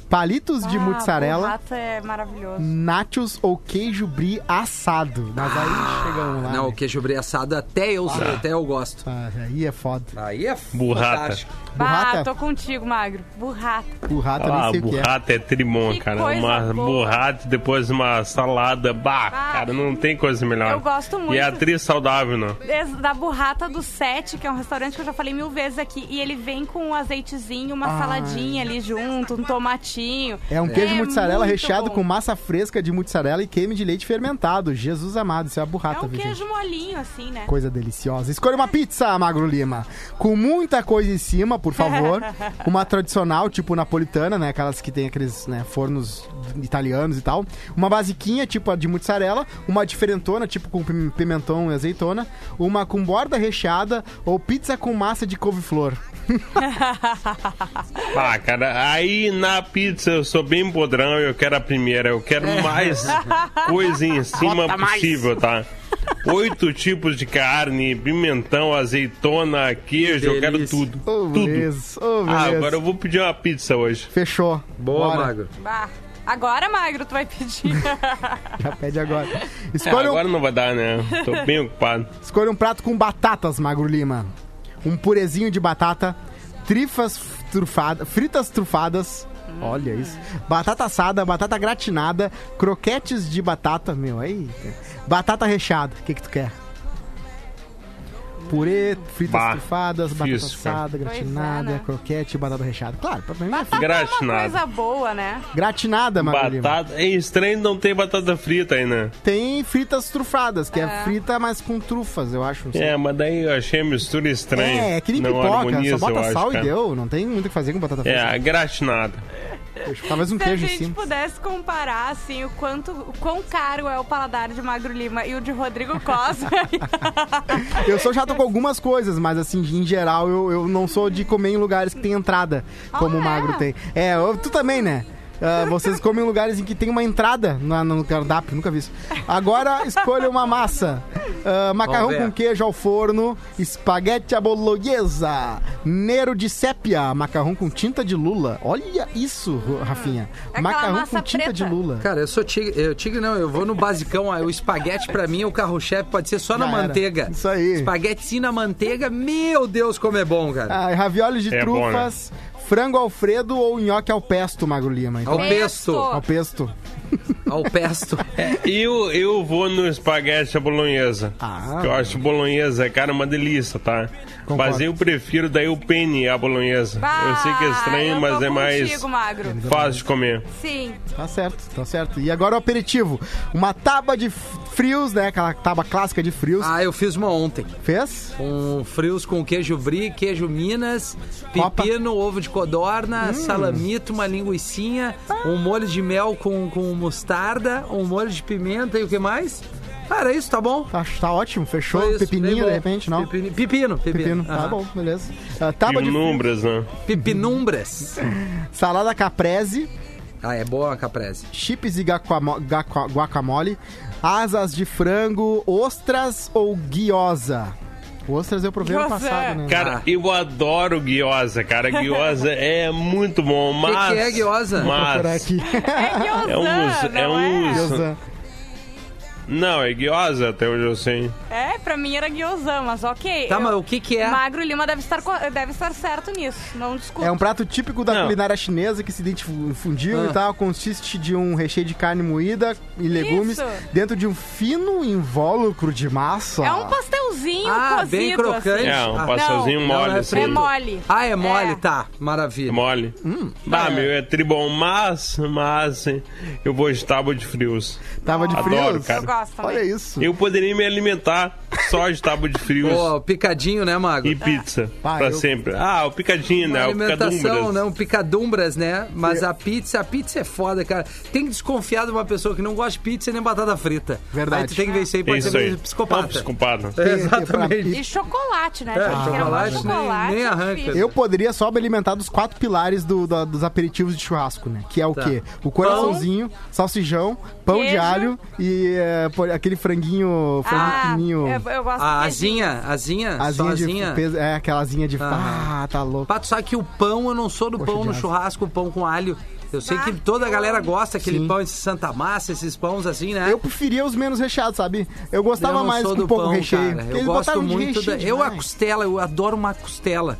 palitos de Hum,
Ah,
mozzarella,
burrata é maravilhoso.
nachos ou queijo brie assado. Mas aí chegamos lá.
Não, o
né?
queijo brie assado até
Tá.
eu, sei, até eu gosto.
Ah, aí é foda.
Aí é
Burrata.
fantástico.
Ah,
Burrata?
tô contigo, Magro. Burrata.
Burrata,
Ah,
nem sei o que é.
burrata é trimon,
Que
cara.
coisa
Uma
boa.
burrata e depois uma salada. Bah,
Ah,
cara, não tem coisa melhor.
eu gosto muito.
E é atriz saudável, não.
Des- Da Burrata do Sete, que é um restaurante que eu já falei mil vezes aqui. E ele vem com um azeitezinho, uma saladinha ali junto, um tomatinho.
Ah, É um queijo
É
mozzarella
muito
recheado
bom.
com massa fresca de mozzarella e creme de leite fermentado. Jesus amado, isso é a
É
burrata,
um
viu, gente?
queijo molinho, assim, né?
Coisa deliciosa. Escolha uma pizza, Magro Lima. Com muita coisa em cima, por favor. Uma tradicional, tipo napolitana, né? Aquelas que tem aqueles né, fornos italianos e tal. Uma basiquinha, tipo a de mozzarella. Uma diferentona, tipo com pim- pimentão e azeitona. Uma com borda recheada ou pizza com massa de couve-flor.
Ah, cara, aí na pizza eu sou bem podrão, eu quero a primeira, eu quero mais coisa em cima
Bota mais.
possível, tá? Oito tipos de carne, pimentão, azeitona, queijo, eu quero
delícia.
tudo.
Ô,
tudo.
beleza. Ô,
Ah,
beleza.
agora eu vou pedir uma pizza hoje.
Fechou.
Boa,
Bora.
magro.
Bah, agora, Magro, tu vai pedir.
Já pede agora.
Ah,
Escolha, um-
agora não vai dar, né? Tô bem ocupado.
escolha um prato com batatas, Magro Lima. Um purezinho de batata, trifas trufadas, fritas trufadas. Olha isso. Batata assada, batata gratinada, croquetes de batata, meu, aí. Batata recheada, o que que tu quer? Purê, fritas
Bah,
trufadas, batata
difícil, cara.
assada,
Pois é,
gratinada,
né?
croquete, batata recheada. Claro, pra mim, é
Uma
Gratinado.
coisa boa, né?
gratinada, Magro Lima.
Batata. É estranho não ter batata frita aí, né?
Tem fritas trufadas, que é, frita, mas com trufas, eu acho. não sei.
É, mas daí eu achei a mistura estranha.
É, é que nem
não
pipoca,
harmoniza,
só
eu
bota
acho,
sal e
cara.
deu. Não tem muito o que fazer com batata
É,
frita.
a gratinada.
Talvez um
Se a
queijo em
gente
cima.
pudesse comparar, assim, o quanto, o quão caro é o paladar de Magro Lima e o de Rodrigo Costa.
Eu sou chato com algumas coisas, mas assim, em geral, eu, eu não sou de comer em lugares que tem entrada, como
Ah,
o
é?
magro tem. É, eu- tu também, né? Ah, vocês comem em lugares em que tem uma entrada na- no cardápio, nunca vi isso. Agora escolha uma massa: Ah, macarrão
Vamos ver.
com queijo ao forno, espaguete à bolognesa, nero de sépia, macarrão com tinta de lula. Olha isso, Ro- Rafinha.
aquela
macarrão
massa
com tinta
preta.
de lula.
Cara, eu sou tigre. Eu, tigre não, eu vou no basicão. aí O espaguete pra mim, o carro-chefe pode ser só na
Já era.
manteiga.
Isso aí.
Espaguete sim na manteiga, meu Deus, como é bom, cara.
Ah, ravioli de
É bom,
trufas, frango alfredo ou nhoque ao pesto, Magro Lima. Então,
Ao pesto,
ao pesto.
ao pesto.
É.
Eu, eu vou no espaguete à bolonhesa.
Ah.
que eu acho bolonhesa, é, cara, uma delícia, tá?
Concordo.
Mas eu prefiro daí o penne à bolonhesa. eu sei que é
Ah, eu
estranho,
tô
mas é
contigo,
mais
Magro.
fácil de comer.
Sim.
Tá certo, tá certo. E agora o aperitivo. Uma tábua de f- frios, né? Aquela tábua clássica de frios.
Ah, eu fiz uma ontem.
Fez?
Com frios com queijo brie, queijo minas,
Opa.
pepino, ovo de codorna,
Hum.
salamito, uma linguiçinha, um molho de mel com, com mostarda, um molho de pimenta e o que mais? Cara, é isso, tá bom?
Tá, tá ótimo, fechou.
Foi isso, bem
Pepininho,
bom.
de repente, não? Pepino,
Pepini- Pepino, pepino.
tá
Aham.
bom, beleza. Ah, tábua
E
de frios,
números, né?
Pepinumbras.
salada caprese,
Ah, é boa a caprese.
chips e guacamo- guaca- guacamole, asas de frango, ostras ou guiosa? Ostras eu provei no
Guiosa.
passado, né?
Cara,
Ah.
eu adoro guiosa, cara. Guiosa é muito bom,
que
mas...
é guiosa?
Por
Mas...
aqui.
É guiosa,
É um uso,
não
é um uso.
Guiosa.
Não, é guiosa até hoje eu sei.
É, pra mim era guiosa, mas ok.
Tá,
eu-
mas o que que é?
Magro Lima deve estar, co- deve estar certo nisso, não discuto.
É um prato típico da
Não.
culinária chinesa que se difundiu
Ah.
e tal. Consiste de um recheio de carne moída e legumes
Isso.
dentro de um fino invólucro de massa.
É um pastelzinho
Ah,
cozido.
bem crocante.
É, um
Ah,
pastelzinho
não,
mole,
não
assim.
é
Assim. É
frito.
mole.
Ah, é mole,
É.
tá. Maravilha.
Mole.
Hum,
Bah, meu, é tribom, mas, mas eu vou de tábua de frios.
Tava de frios.
Adoro, cara.
Eu gosto também.
Olha isso.
Eu poderia me alimentar só de tábua de frios
Pô, picadinho, né, Mago?
e pizza
Ah,
pra
eu-
sempre. Ah, o picadinho,
Uma
né? O
alimentação,
picadumbras.
né? Um picadumbras, né? Mas a pizza, a pizza é foda, cara. Tem que desconfiar de uma pessoa que não gosta de pizza nem batata frita.
Verdade.
Aí tu tem que ver isso aí,
É
pode
Isso
ser
aí.
meio psicopata.
Não, psicopata.
É,
Tem- tem pra
Exatamente.
E chocolate, né?
É,
gente? Quero
chocolate,
mais
nem-
chocolate,
nem
é
arranca.
difícil.
Eu poderia só me alimentar dos quatro pilares do- da- dos aperitivos de churrasco, né? Que é o
Tá.
quê? O coraçãozinho, salsichão, pão de
Queijo.
alho e eh, por- aquele franguinho,
é
franguinho
Ah,
fininho.
eu, eu gosto
um A
de
asinha, asinha, só
Asinha de,
asinha.
pes- é, aquela asinha de...
Aham.
Ah, tá louco.
Pato, sabe que o pão, eu não sou do
Poxa
pão
de
no
asa.
churrasco, o pão com alho. Eu sei
Ah,
que toda a galera gosta aquele
Sim.
pão de Santa Massa, esses pãos assim, né?
Eu preferia os menos recheados, sabe? Eu gostava
não
mais
sou
com pouco recheio.
cara.
porque
Eu
eles
gosto
botaram de
muito da...
recheio
Eu a
demais.
costela, eu adoro uma costela.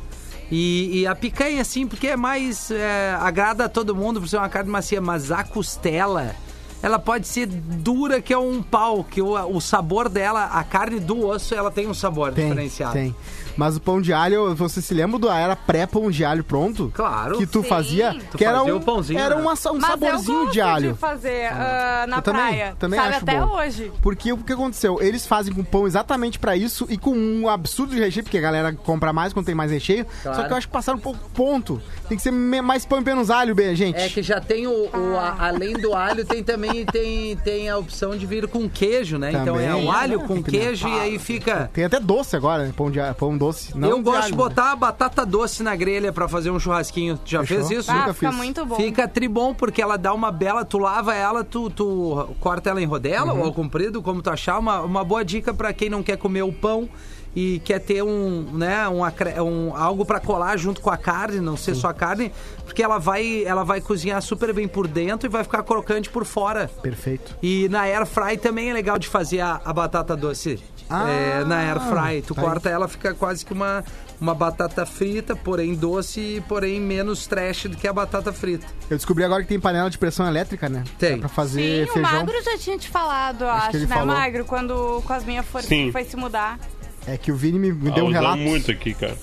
E, e a picanha, assim, porque é mais. é, agrada a todo mundo por ser uma carne macia, mas a costela. Ela pode ser dura que é um pau, que o, o sabor dela, a carne do osso, ela tem um sabor
Tem,
diferenciado.
tem. Mas o pão de alho, você se lembra da era pré-pão de alho pronto?
Claro.
Que tu
Sim.
fazia,
Tu
que era
fazia
um,
o pãozinho,
era
né?
uma sa- um
Mas eu
saborzinho
gosto
de alho.
de fazer ah, na
Eu também-
praia.
também
sabe,
acho
até
bom.
hoje.
Porque o que aconteceu? Eles fazem com pão exatamente pra isso e com um absurdo de recheio, porque a galera compra mais quando tem mais recheio. Só que eu acho que passaram um pouco ponto. Tem que ser me- mais pão e menos alho, Bê, gente.
É que já tem o, o- a- além do alho, tem também tem, tem a opção de vir com queijo, né? Então é
Também.
um alho
Ah,
com
tem que
queijo e aí fica
Tem até doce agora, né? Pão de, alho- pão doce. Não
eu
de
gosto de
alho, né?
botar a batata doce na grelha pra fazer um churrasquinho. Tu já
Fechou?
fez isso?
Ah,
nunca
fica
fiz.
muito bom.
Fica tribom, porque ela dá uma bela. Tu lava ela, tu, tu corta ela em rodela ou ao comprido, como tu achar. Uma, uma boa dica pra quem não quer comer o pão e quer ter um, né, um, acre- um- algo pra colar junto com a carne, não ser só a carne, porque ela vai, ela vai cozinhar super bem por dentro e vai ficar crocante por fora.
né? Perfeito.
E na air fry também é legal de fazer a, a batata doce.
Ah,
É, na air fry, tu
tá
corta ela, fica quase que uma, uma batata frita, porém doce, porém menos trash do que a batata frita.
Eu descobri agora que tem panela de pressão elétrica, né?
Tem.
Dá pra
Sim,
fazer
o
feijão.
Magro já tinha te falado, eu
Acho
acho,
que ele
né,
falou.
Magro? Quando o Cosminha for,
Sim.
foi se mudar.
É que o Vini me me
Ah,
deu um
usam
relato.
muito aqui, cara.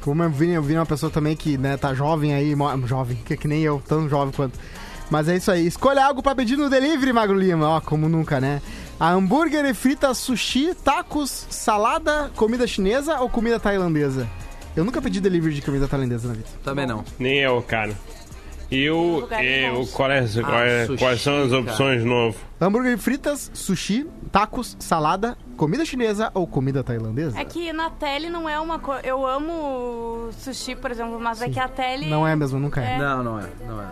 Como eu vi, eu vi é uma pessoa também que né, tá jovem aí, mo- jovem, que, que nem eu, tão jovem quanto. Mas é isso aí. Escolha algo pra pedir no delivery, Magro Lima. Ó, como nunca, né? A hambúrguer e frita, sushi, tacos, salada, comida chinesa ou comida tailandesa? Eu nunca pedi delivery de comida tailandesa na vida.
Também não.
Nem eu, cara. E o.
lugar
é,
nenhum.
o- qual é- qual é-
Ah, sushi,
quais são as
cara.
opções de novo?
Hambúrguer e fritas, sushi, tacos, salada, comida chinesa ou comida tailandesa?
É que na tele não é uma coisa. Eu amo sushi, por exemplo, mas é que a tele.
Não é mesmo, nunca é.
É.
Não, não é, não é.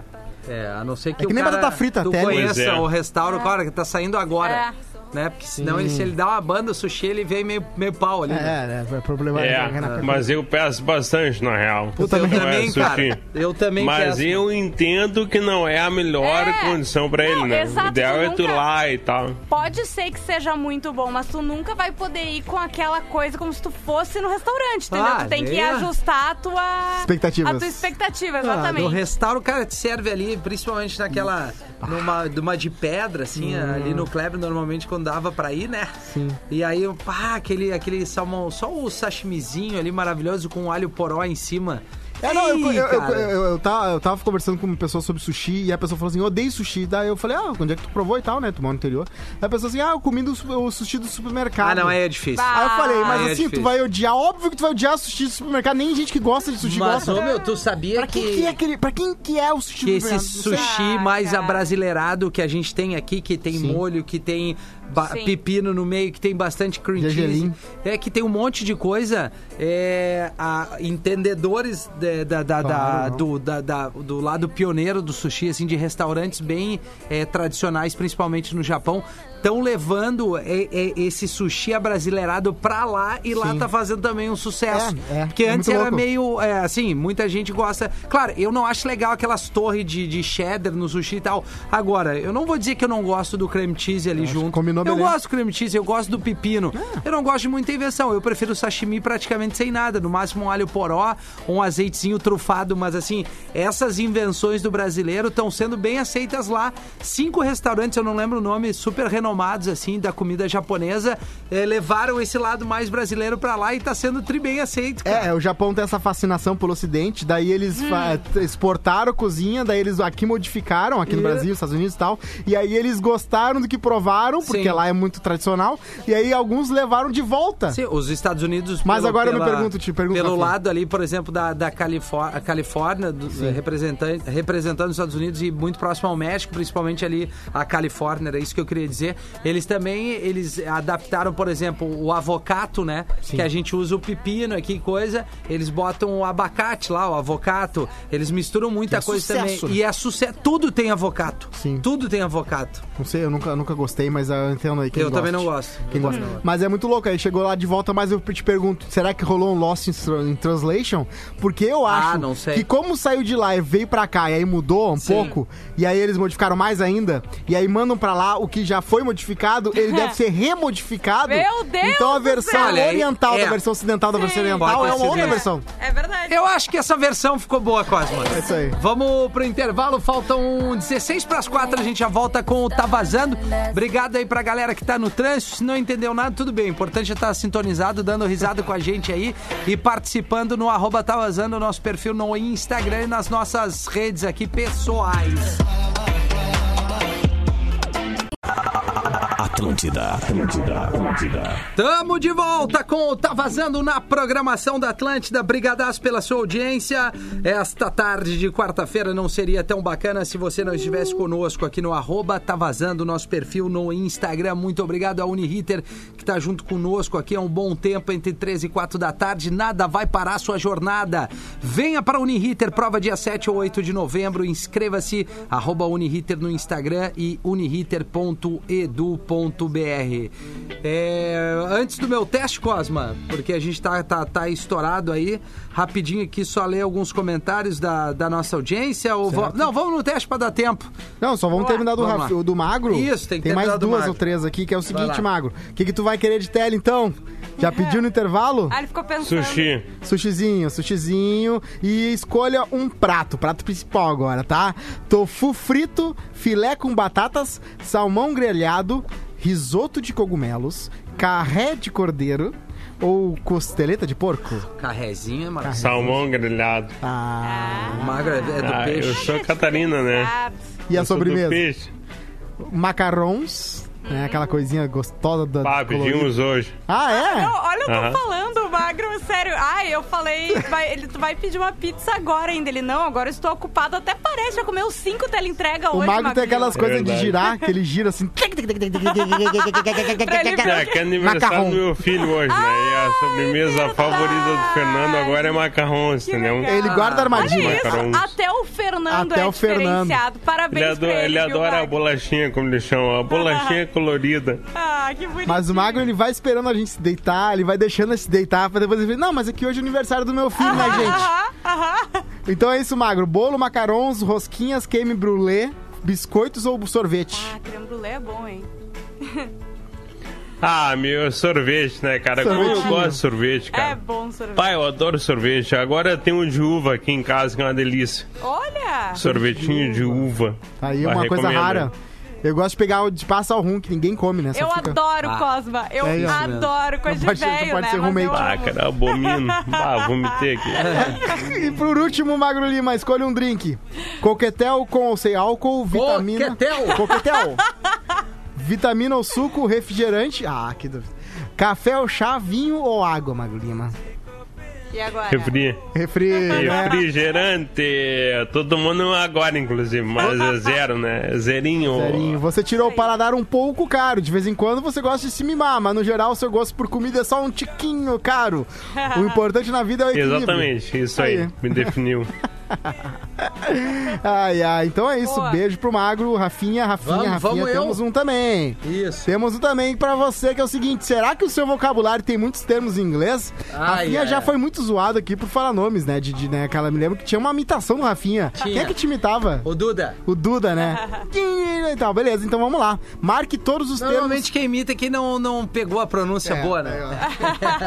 É, a não ser que,
É que
o
nem
cara
batata frita,
tu
até, né?
conheça
Pois é.
o restauro, cara, que tá saindo agora. Né? Porque senão, ele, se ele dá uma banda o sushi, ele vem meio, meio pau ali.
É,
né?
é, é problema.
É,
é na-
mas eu peço bastante, na real.
Puta, eu
Não é
também,
sushi.
cara. Eu também é assim.
Mas
peço.
eu entendo que não é a melhor
É.
condição pra ele,
Não,
né?
exato,
o ideal
tu
é tu
nunca-
lá e tal.
Pode ser que seja muito bom, mas tu nunca vai poder ir com aquela coisa como se tu fosse no restaurante, entendeu?
Ah,
tu tem que
é.
ajustar a tua.
Expectativas.
A tua expectativa,
Ah, no
exatamente.
restauro, cara, te serve ali, principalmente naquela. numa de uma de pedra, assim, ali no Kleber, normalmente quando dava pra ir, né? Sim. E aí, pá, aquele, aquele salmão, só o sashimizinho ali maravilhoso com alho poró em cima.
É, não, eu,
Ih,
eu, eu,
cara.
eu, eu tava, eu tava conversando com uma pessoa sobre sushi e a pessoa falou assim, eu odeio sushi. Daí eu falei, ah, onde é que tu provou e tal, né? Tu mora no interior. Daí a pessoa assim, ah, eu comi do su- o sushi do supermercado.
Ah, não, aí é difícil.
Bah.
Aí eu falei, mas
Aí é
assim, tu
difícil.
vai odiar, óbvio que tu vai odiar sushi do supermercado, nem gente que gosta de sushi
Mas,
gosta.
ô meu, tu sabia
Pra quem que é aquele, pra quem que é o sushi
que
do
esse
supermercado? Não sei.
sushi
Ah,
mais
cara.
abrasileirado que a gente tem aqui, que tem molho, que tem ba-
Sim.
pepino no meio, que tem bastante cream
E a
cheese,
gelinho.
é que tem um monte de coisa. É, a- entendedores de- da, da- da-
Claro, não.
do, da- da- do lado pioneiro do sushi, assim, de restaurantes bem é, tradicionais, principalmente no Japão, estão levando é, é, esse sushi abrasileirado pra lá e lá
Sim.
tá fazendo também um sucesso.
É, é.
Porque
É
antes
muito
era
louco.
meio meio, é, assim, muita gente gosta. Claro, eu não acho legal aquelas torres de, de cheddar no sushi e tal. Agora, eu não vou dizer que eu não gosto do creme cheese ali
acho
junto.
que combinou É.
eu
beleza.
gosto do creme cheese, eu gosto do pepino. Eu não gosto de muita invenção. Eu prefiro sashimi praticamente sem nada. No máximo um alho poró, um azeitezinho trufado. Mas assim, essas invenções do brasileiro estão sendo bem aceitas lá. Cinco restaurantes, eu não lembro o nome, super renomados assim, da comida japonesa, eh, levaram esse lado mais brasileiro pra lá e tá sendo tri bem aceito. cara.
É, o Japão tem essa fascinação pelo ocidente, daí eles
Hum.
fa- exportaram cozinha, daí eles aqui modificaram, aqui no
E-
Brasil, Estados Unidos e tal, e aí eles gostaram do que provaram, porque
Sim.
lá é muito tradicional, e aí alguns levaram de volta.
Sim, os Estados Unidos.
Mas agora eu me pergunto, te pergunto,
Pelo
Rafinha.
lado ali, por exemplo, da, da Califórnia, Califórnia do- representante, representando os Estados Unidos e muito próximo ao México, principalmente ali a Califórnia, era isso que eu queria dizer. Eles também eles adaptaram, por exemplo, o avocato, né? Que a gente usa o pepino aqui, coisa. Eles botam o abacate lá, o avocato. Eles misturam muita
é
coisa
sucesso,
também.
né?
E é sucesso. Tudo tem avocato.
Sim.
Tudo tem avocato.
Não sei, eu nunca, eu nunca gostei, mas eu entendo aí quem
Eu também
goste.
não gosto.
Quem
Eu
gosta.
também não gosto.
Mas é muito louco, aí chegou lá de volta, mas eu te pergunto, será que rolou um Lost in, Tra- in Translation? Porque eu acho
Ah, não sei.
que como saiu de lá e veio pra cá e aí mudou um
Sim.
pouco, e aí eles modificaram mais ainda, e aí mandam pra lá o que já foi modificado, ele deve ser remodificado.
Meu Deus
Então a
do
versão
céu! Olha aí,
oriental
é.
da versão ocidental da versão oriental
Pode
é
ter
uma outra
sido isso.
versão.
É verdade.
Eu acho que essa versão ficou boa, Cosma.
É isso aí.
Vamos pro intervalo, faltam 16 para as 4, a gente já volta com o Tá Vazando. Obrigado aí pra galera que tá no trânsito, se não entendeu nada, tudo bem. O importante é estar sintonizado, dando risada com a gente aí e participando no arroba Tá Vazando, nosso perfil no Instagram e nas nossas redes aqui pessoais.
Atlântida, Atlântida, Atlântida.
Tamo de volta com o Tá Vazando na programação da Atlântida. Brigadas pela sua audiência. Esta tarde de quarta-feira não seria tão bacana se você não estivesse conosco aqui no arroba Tá Vazando, nosso perfil no Instagram. Muito obrigado a Uniriter que tá junto conosco aqui há um bom tempo, entre 13 e 4 da tarde. Nada vai parar sua jornada. Venha para a Uniriter, prova dia 7 ou 8 de novembro. Inscreva-se, arroba Uniriter no Instagram e uniriter.edu.br. É, antes do meu teste, Cosma, porque a gente tá, tá, tá estourado aí, rapidinho aqui só ler alguns comentários da, da nossa audiência. Ou vo- Não, vamos no teste para dar tempo.
Não, só vamos
Vamos lá.
terminar do,
Vamos
Raf-
lá.
o do Magro.
Isso, tem que
Tem mais
terminar do
duas
Magro.
ou três aqui, que é o seguinte,
lá.
Magro. O que, que tu vai querer de tela, então? Já pediu no intervalo?
Ah, ele ficou pensando.
Sushi.
Sushizinho, sushizinho. E escolha um prato, prato principal agora, tá? Tofu frito, filé com batatas, salmão grelhado, risoto de cogumelos, carré de cordeiro ou costeleta de porco.
Carrezinho, mano.
Salmão grelhado.
Ah,
Magra é do
Ah, eu
peixe.
sou Catarina, né?
e a
Eu sou do
sobremesa?
peixe.
Macarrons, né? Aquela coisinha gostosa da
Pá,
colorida.
pedimos hoje.
Ah, é?
Não, olha, eu tô
Aham.
falando, Magro, sério. Ai, eu falei, vai, ele tu vai pedir uma pizza agora ainda. Ele, não, agora eu estou ocupado. Até parece, já comeu cinco teleentrega
O
hoje,
Magro tem aquelas coisas de
Verdade.
girar, que ele gira assim.
É, que é aniversário
Macarrão.
do meu filho hoje, né? E a sobremesa
verdade.
favorita do Fernando agora é macarrão,
Que
entendeu?
legal.
Ele guarda a
Olha
armadilha.
isso,
Macarons.
até o Fernando
Até
é
o Fernando.
diferenciado. Parabéns
um- Ele adora,
pra ele,
ele
viu,
adora a
Magro?
bolachinha, como ele chama, a bolachinha colorida.
Ah, que bonito.
Mas o Magro, é ele vai esperando a gente se deitar, ele vai deixando a gente se deitar, pra depois ele fala, não, mas é que hoje é aniversário do meu filho, né, gente?
Aham, aham.
Então é isso, Magro. Bolo, macarons, rosquinhas, creme brulê, biscoitos ou sorvete.
Ah, creme brulee é bom, hein?
Ah, meu, sorvete, né, cara? Como eu
Sorvetinho.
gosto de sorvete,
É
cara.
bom sorvete.
Pai, eu adoro sorvete. Agora tem um de uva aqui em casa, que é uma delícia.
Olha!
Sorvetinho de uva.
Aí é
Bah,
uma coisa
recomendo.
rara. Eu gosto de pegar o de passa ao rum, que ninguém come, né? Só
Eu
fica-
adoro
Ah,
Cosma, eu
é isso mesmo.
adoro coisa
Não pode
de
ser- não
velho,
pode
né? Mas
ser
eu
roommate.
Ah,
amo.
cara, abomino. Ah, vomitei aqui.
E por último, Magro Lima, escolha um drink. Coquetel com ou sem álcool, vitamina...
Coquetel?
Coquetel. vitamina ou suco, refrigerante... Ah, que dúvida. Café ou chá, vinho ou água, Magro Lima?
E agora?
Refri.
Refri, né?
Refrigerante. Todo mundo agora, inclusive. Mas é zero, né? Zerinho.
Zerinho, você tirou o paladar um pouco caro. De vez em quando você gosta de se mimar, mas no geral seu gosto por comida é só um tiquinho caro. O importante na vida é o equilíbrio.
Exatamente, isso aí.
Tá Aí.
Me definiu.
Ai, ai, então é isso.
Boa.
Beijo pro Magro, Rafinha, Rafinha,
Vamos,
Rafinha.
vamos eu.
temos um também.
Isso.
Temos um também pra você, que é o seguinte: será que o seu vocabulário tem muitos termos em inglês?
Ai,
Rafinha
ai,
já
ai.
foi muito zoado aqui por falar nomes, né? De, de, né aquela, me lembro que tinha uma imitação do Rafinha.
Tinha.
Quem é que te imitava?
Ô, Duda.
O Duda, né? e tal, beleza, então vamos lá. Marque todos os termos.
Normalmente quem imita é quem não, não pegou a pronúncia
É,
boa, né?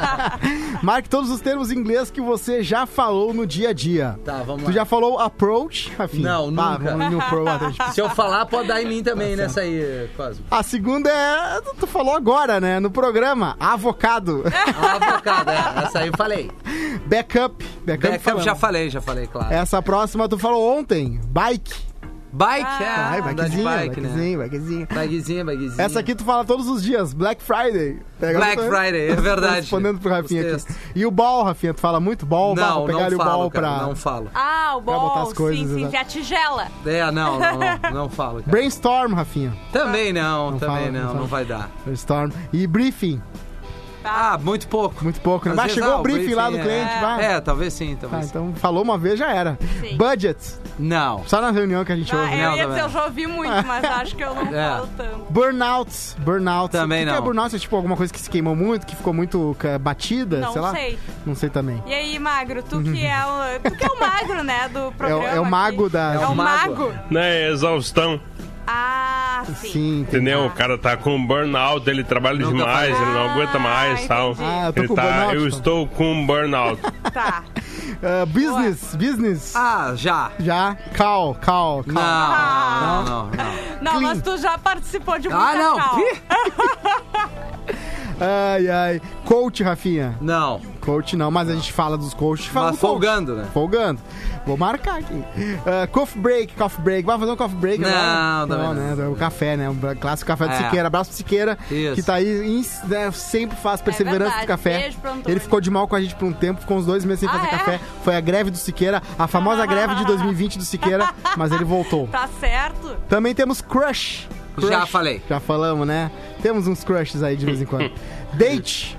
Marque todos os termos em inglês que você já falou no dia a dia.
Tá, vamos
tu
lá.
já falou approach, Rafinha?
Não,
Ah,
nunca.
vamos no pro approach.
Se eu falar, pode dar em mim também nessa aí, Cosmo.
A segunda é. Tu falou agora, né? No programa. Avocado.
Ah, bocada, é. essa aí eu falei.
Backup. Backup,
Backup
falamos.
já falei, já falei, claro.
Essa próxima tu falou ontem. Bike.
Bike, é.
Ai,
andar de
bikezinho,
bike, né?
bikezinho, bikezinho.
Bikezinha, bikezinha.
Essa aqui tu fala todos os dias. Black Friday. Agora
Black
eu tô-
Friday, é
eu tô
verdade.
Respondendo pro
Os
Rafinha aqui.
textos.
E o ball, Rafinha, tu fala muito ball. bah,
Não,
vou pegar
não
ali o
falo,
ball
cara,
pra...
não falo.
Ah, o
botar
bom,
as
sim,
coisas,
sim,
né?
sim, a tigela.
É, não, não, não, não falo, cara.
Brainstorm, Rafinha.
Também não,
Não
também
fala, não
não,
fala.
não vai dar.
Brainstorm. E briefing.
Ah, muito pouco.
Muito pouco, né?
Às
Mas
vezes,
chegou
ah,
o briefing lá do
é.
cliente,
é.
vai.
É, talvez sim,
Tá,
talvez sim.
então falou uma vez, já era.
Sim.
Budget.
Não.
Só na reunião que a gente
Ah,
ouve. né?
não,
eu ia
também
dizer,
não.
eu já ouvi muito, mas acho que eu não
É.
falo tanto.
Burnouts. Burnouts.
Também
o que que
não.
é burnout? É tipo alguma coisa que se queimou muito, que ficou muito ca- batida,
Não
sei lá?
sei.
Não sei também.
E aí, Magro, tu que é o, tu que é o magro, né, do
É, o-
programa
é o
aqui.
mago da...
É o
mago.
mago?
Né, exaustão,
Ah, sim.
Sim, tem-
entendeu? O cara tá com burnout, ele trabalha
Não tá
demais,
fazendo-
ele não aguenta mais,
Ah,
tal.
entendi.
Ah, eu tô
Ele
com
tá-
burnout,
eu
então.
estou com burnout.
Tá.
Ah, business, business.
Ah, já.
Já. Cal, cal, cal.
Não,
Ah.
não, Ah, não, não.
Não,
Clean. Ah,
mas tu já participou de um
Ah, não.
musical.
Ih,
Ai, ai. Coach, Rafinha.
Não,
Coach não, mas a gente fala dos coaches. Fala um
mas
do coach.
folgando, né?
Folgando. Vou marcar aqui. Ah, coffee break, coffee break. Vai fazer um coffee break
Não,
agora?
também não.
né? O café, né? O clássico café do
É.
Siqueira. Abraço pro Siqueira,
Isso.
que tá aí, ins- né, sempre faz
É
perseverança
verdade.
do café.
Beijo pro Antônio.
Ele ficou de mal com a gente por um tempo, ficou uns dois meses sem
Ah,
fazer
é?
café. Foi a greve do Siqueira, a famosa greve de 2020 do Siqueira, mas ele voltou.
Tá certo?
Também temos Crush. Crush.
né? Já falei.
Já falamos, né? Temos uns crushes aí de vez em quando. Date.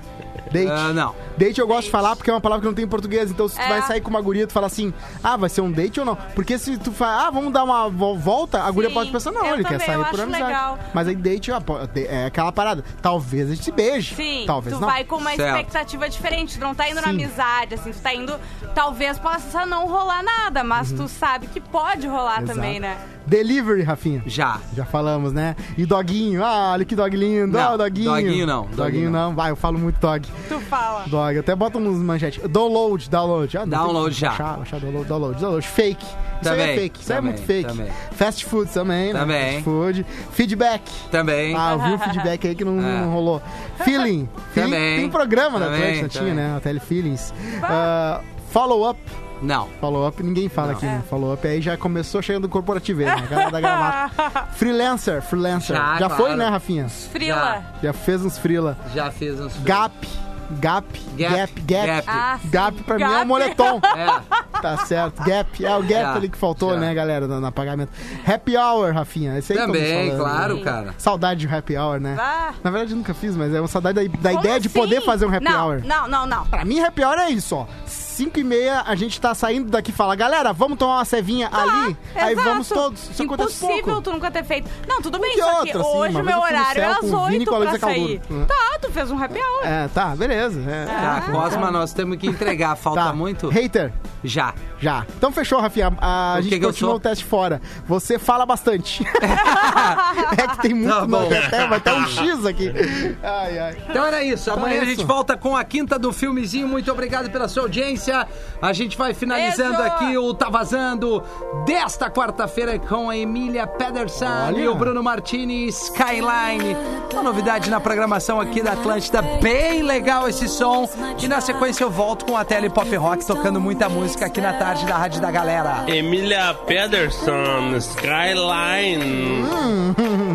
Date.
Ah, não.
Date eu gosto de falar porque é uma palavra que não tem em português. Então, se tu
É.
vai sair com uma guria, tu fala assim: ah, vai ser um date ou não? Porque se tu fala, ah, vamos dar uma vo- volta, a guria
Sim,
pode pensar, não,
eu
ele quer
também,
sair
eu
por
acho
amizade.
legal.
Mas aí, date ó, pô, de- é aquela parada. Talvez a gente se beije.
Sim.
Talvez
tu
não.
vai com uma
Certo.
expectativa diferente. Tu não tá indo na
Sim.
amizade, assim. Tu tá indo. Talvez possa não rolar nada, mas tu sabe que pode rolar
Uhum. Exato.
também, né?
Delivery, Rafinha.
Já.
Já falamos, né? E doguinho. Ah, olha que dog lindo.
Não,
Ah, o doguinho.
doguinho não,
Doguinho,
doguinho
não. Vai, eu falo muito dog.
Tu fala.
Dog, até bota uns manchetes. Download, download. Ah, não tem
Download
como
já.
Achar, achar download, download, download. Fake. Isso aí é
Também,
fake. Isso
também,
aí é muito fake.
também.
Fast food também, né?
Também.
Fast food. Feedback.
Também.
Ah, eu vi um feedback aí que não,
É.
não rolou. Feeling. Feeling
Também.
Tem um programa da
Também,
Atlântida, tinha,
também.
né? A Tele Feelings. Ah, follow up.
Não.
Follow up, ninguém fala aqui, né? Follow up aí já começou chegando o corporativeiro, né? Galera da gravata. Freelancer, freelancer. Já,
Já,
foi,
claro.
né, Rafinha?
Frila.
Já fez uns freela.
Já fiz uns.
Gap, gap, gap, gap. Gap,
Ah, sim.
pra mim é um
Gap.
moletom.
É.
Tá certo, gap. É o gap
Já,
ali que faltou,
já.
né, galera, no, no pagamento. Happy hour, Rafinha. Esse aí todo mundo
Também,
falando,
claro,
né?
cara.
Saudade de happy hour, né?
Ah.
Na verdade, eu nunca fiz, mas é uma saudade da, da
Como
ideia de
assim?
poder fazer um happy
não,
hour.
Não, não, não.
Pra mim, happy hour é isso, ó. 5 e meia, a gente tá saindo daqui e fala, galera, vamos tomar uma cevinha ali? Aí
Tá, Exato.
vamos todos. Isso acontece
Impossível
pouco.
tu nunca ter feito. Não, tudo bem,
que
só que
outra, assim,
hoje
uma
o meu
vez eu fui no
horário é
céu
às
com o Vini e
8
com a
pra
Luísa
sair.
Calduro.
Tá, tu fez um happy hour.
É, tá, beleza. É,
Tá, Cosma, nós temos que entregar. Falta
tá.
muito?
Hater,
Já.
já. Então fechou, Rafinha. A,
O
a
que
gente
que eu
continua
sou?
o teste fora. Você fala bastante. é que tem muito
Tá bom.
nome. Tem até, vai até um X aqui. Ai, ai.
Então era isso. Amanhã
é
a gente
isso.
volta com a quinta do filmezinho. Muito obrigado pela sua audiência. A gente vai finalizando
Beijo!
aqui o Tá Vazando desta quarta-feira com a Emília Pedersen
Olha.
e o Bruno Martini Skyline. Uma novidade na programação aqui da Atlântida. Bem legal esse som. E na sequência eu volto com a Tele Pop Rock tocando muita música aqui na tarde da Rádio da Galera.
Emília Pedersen, Skyline.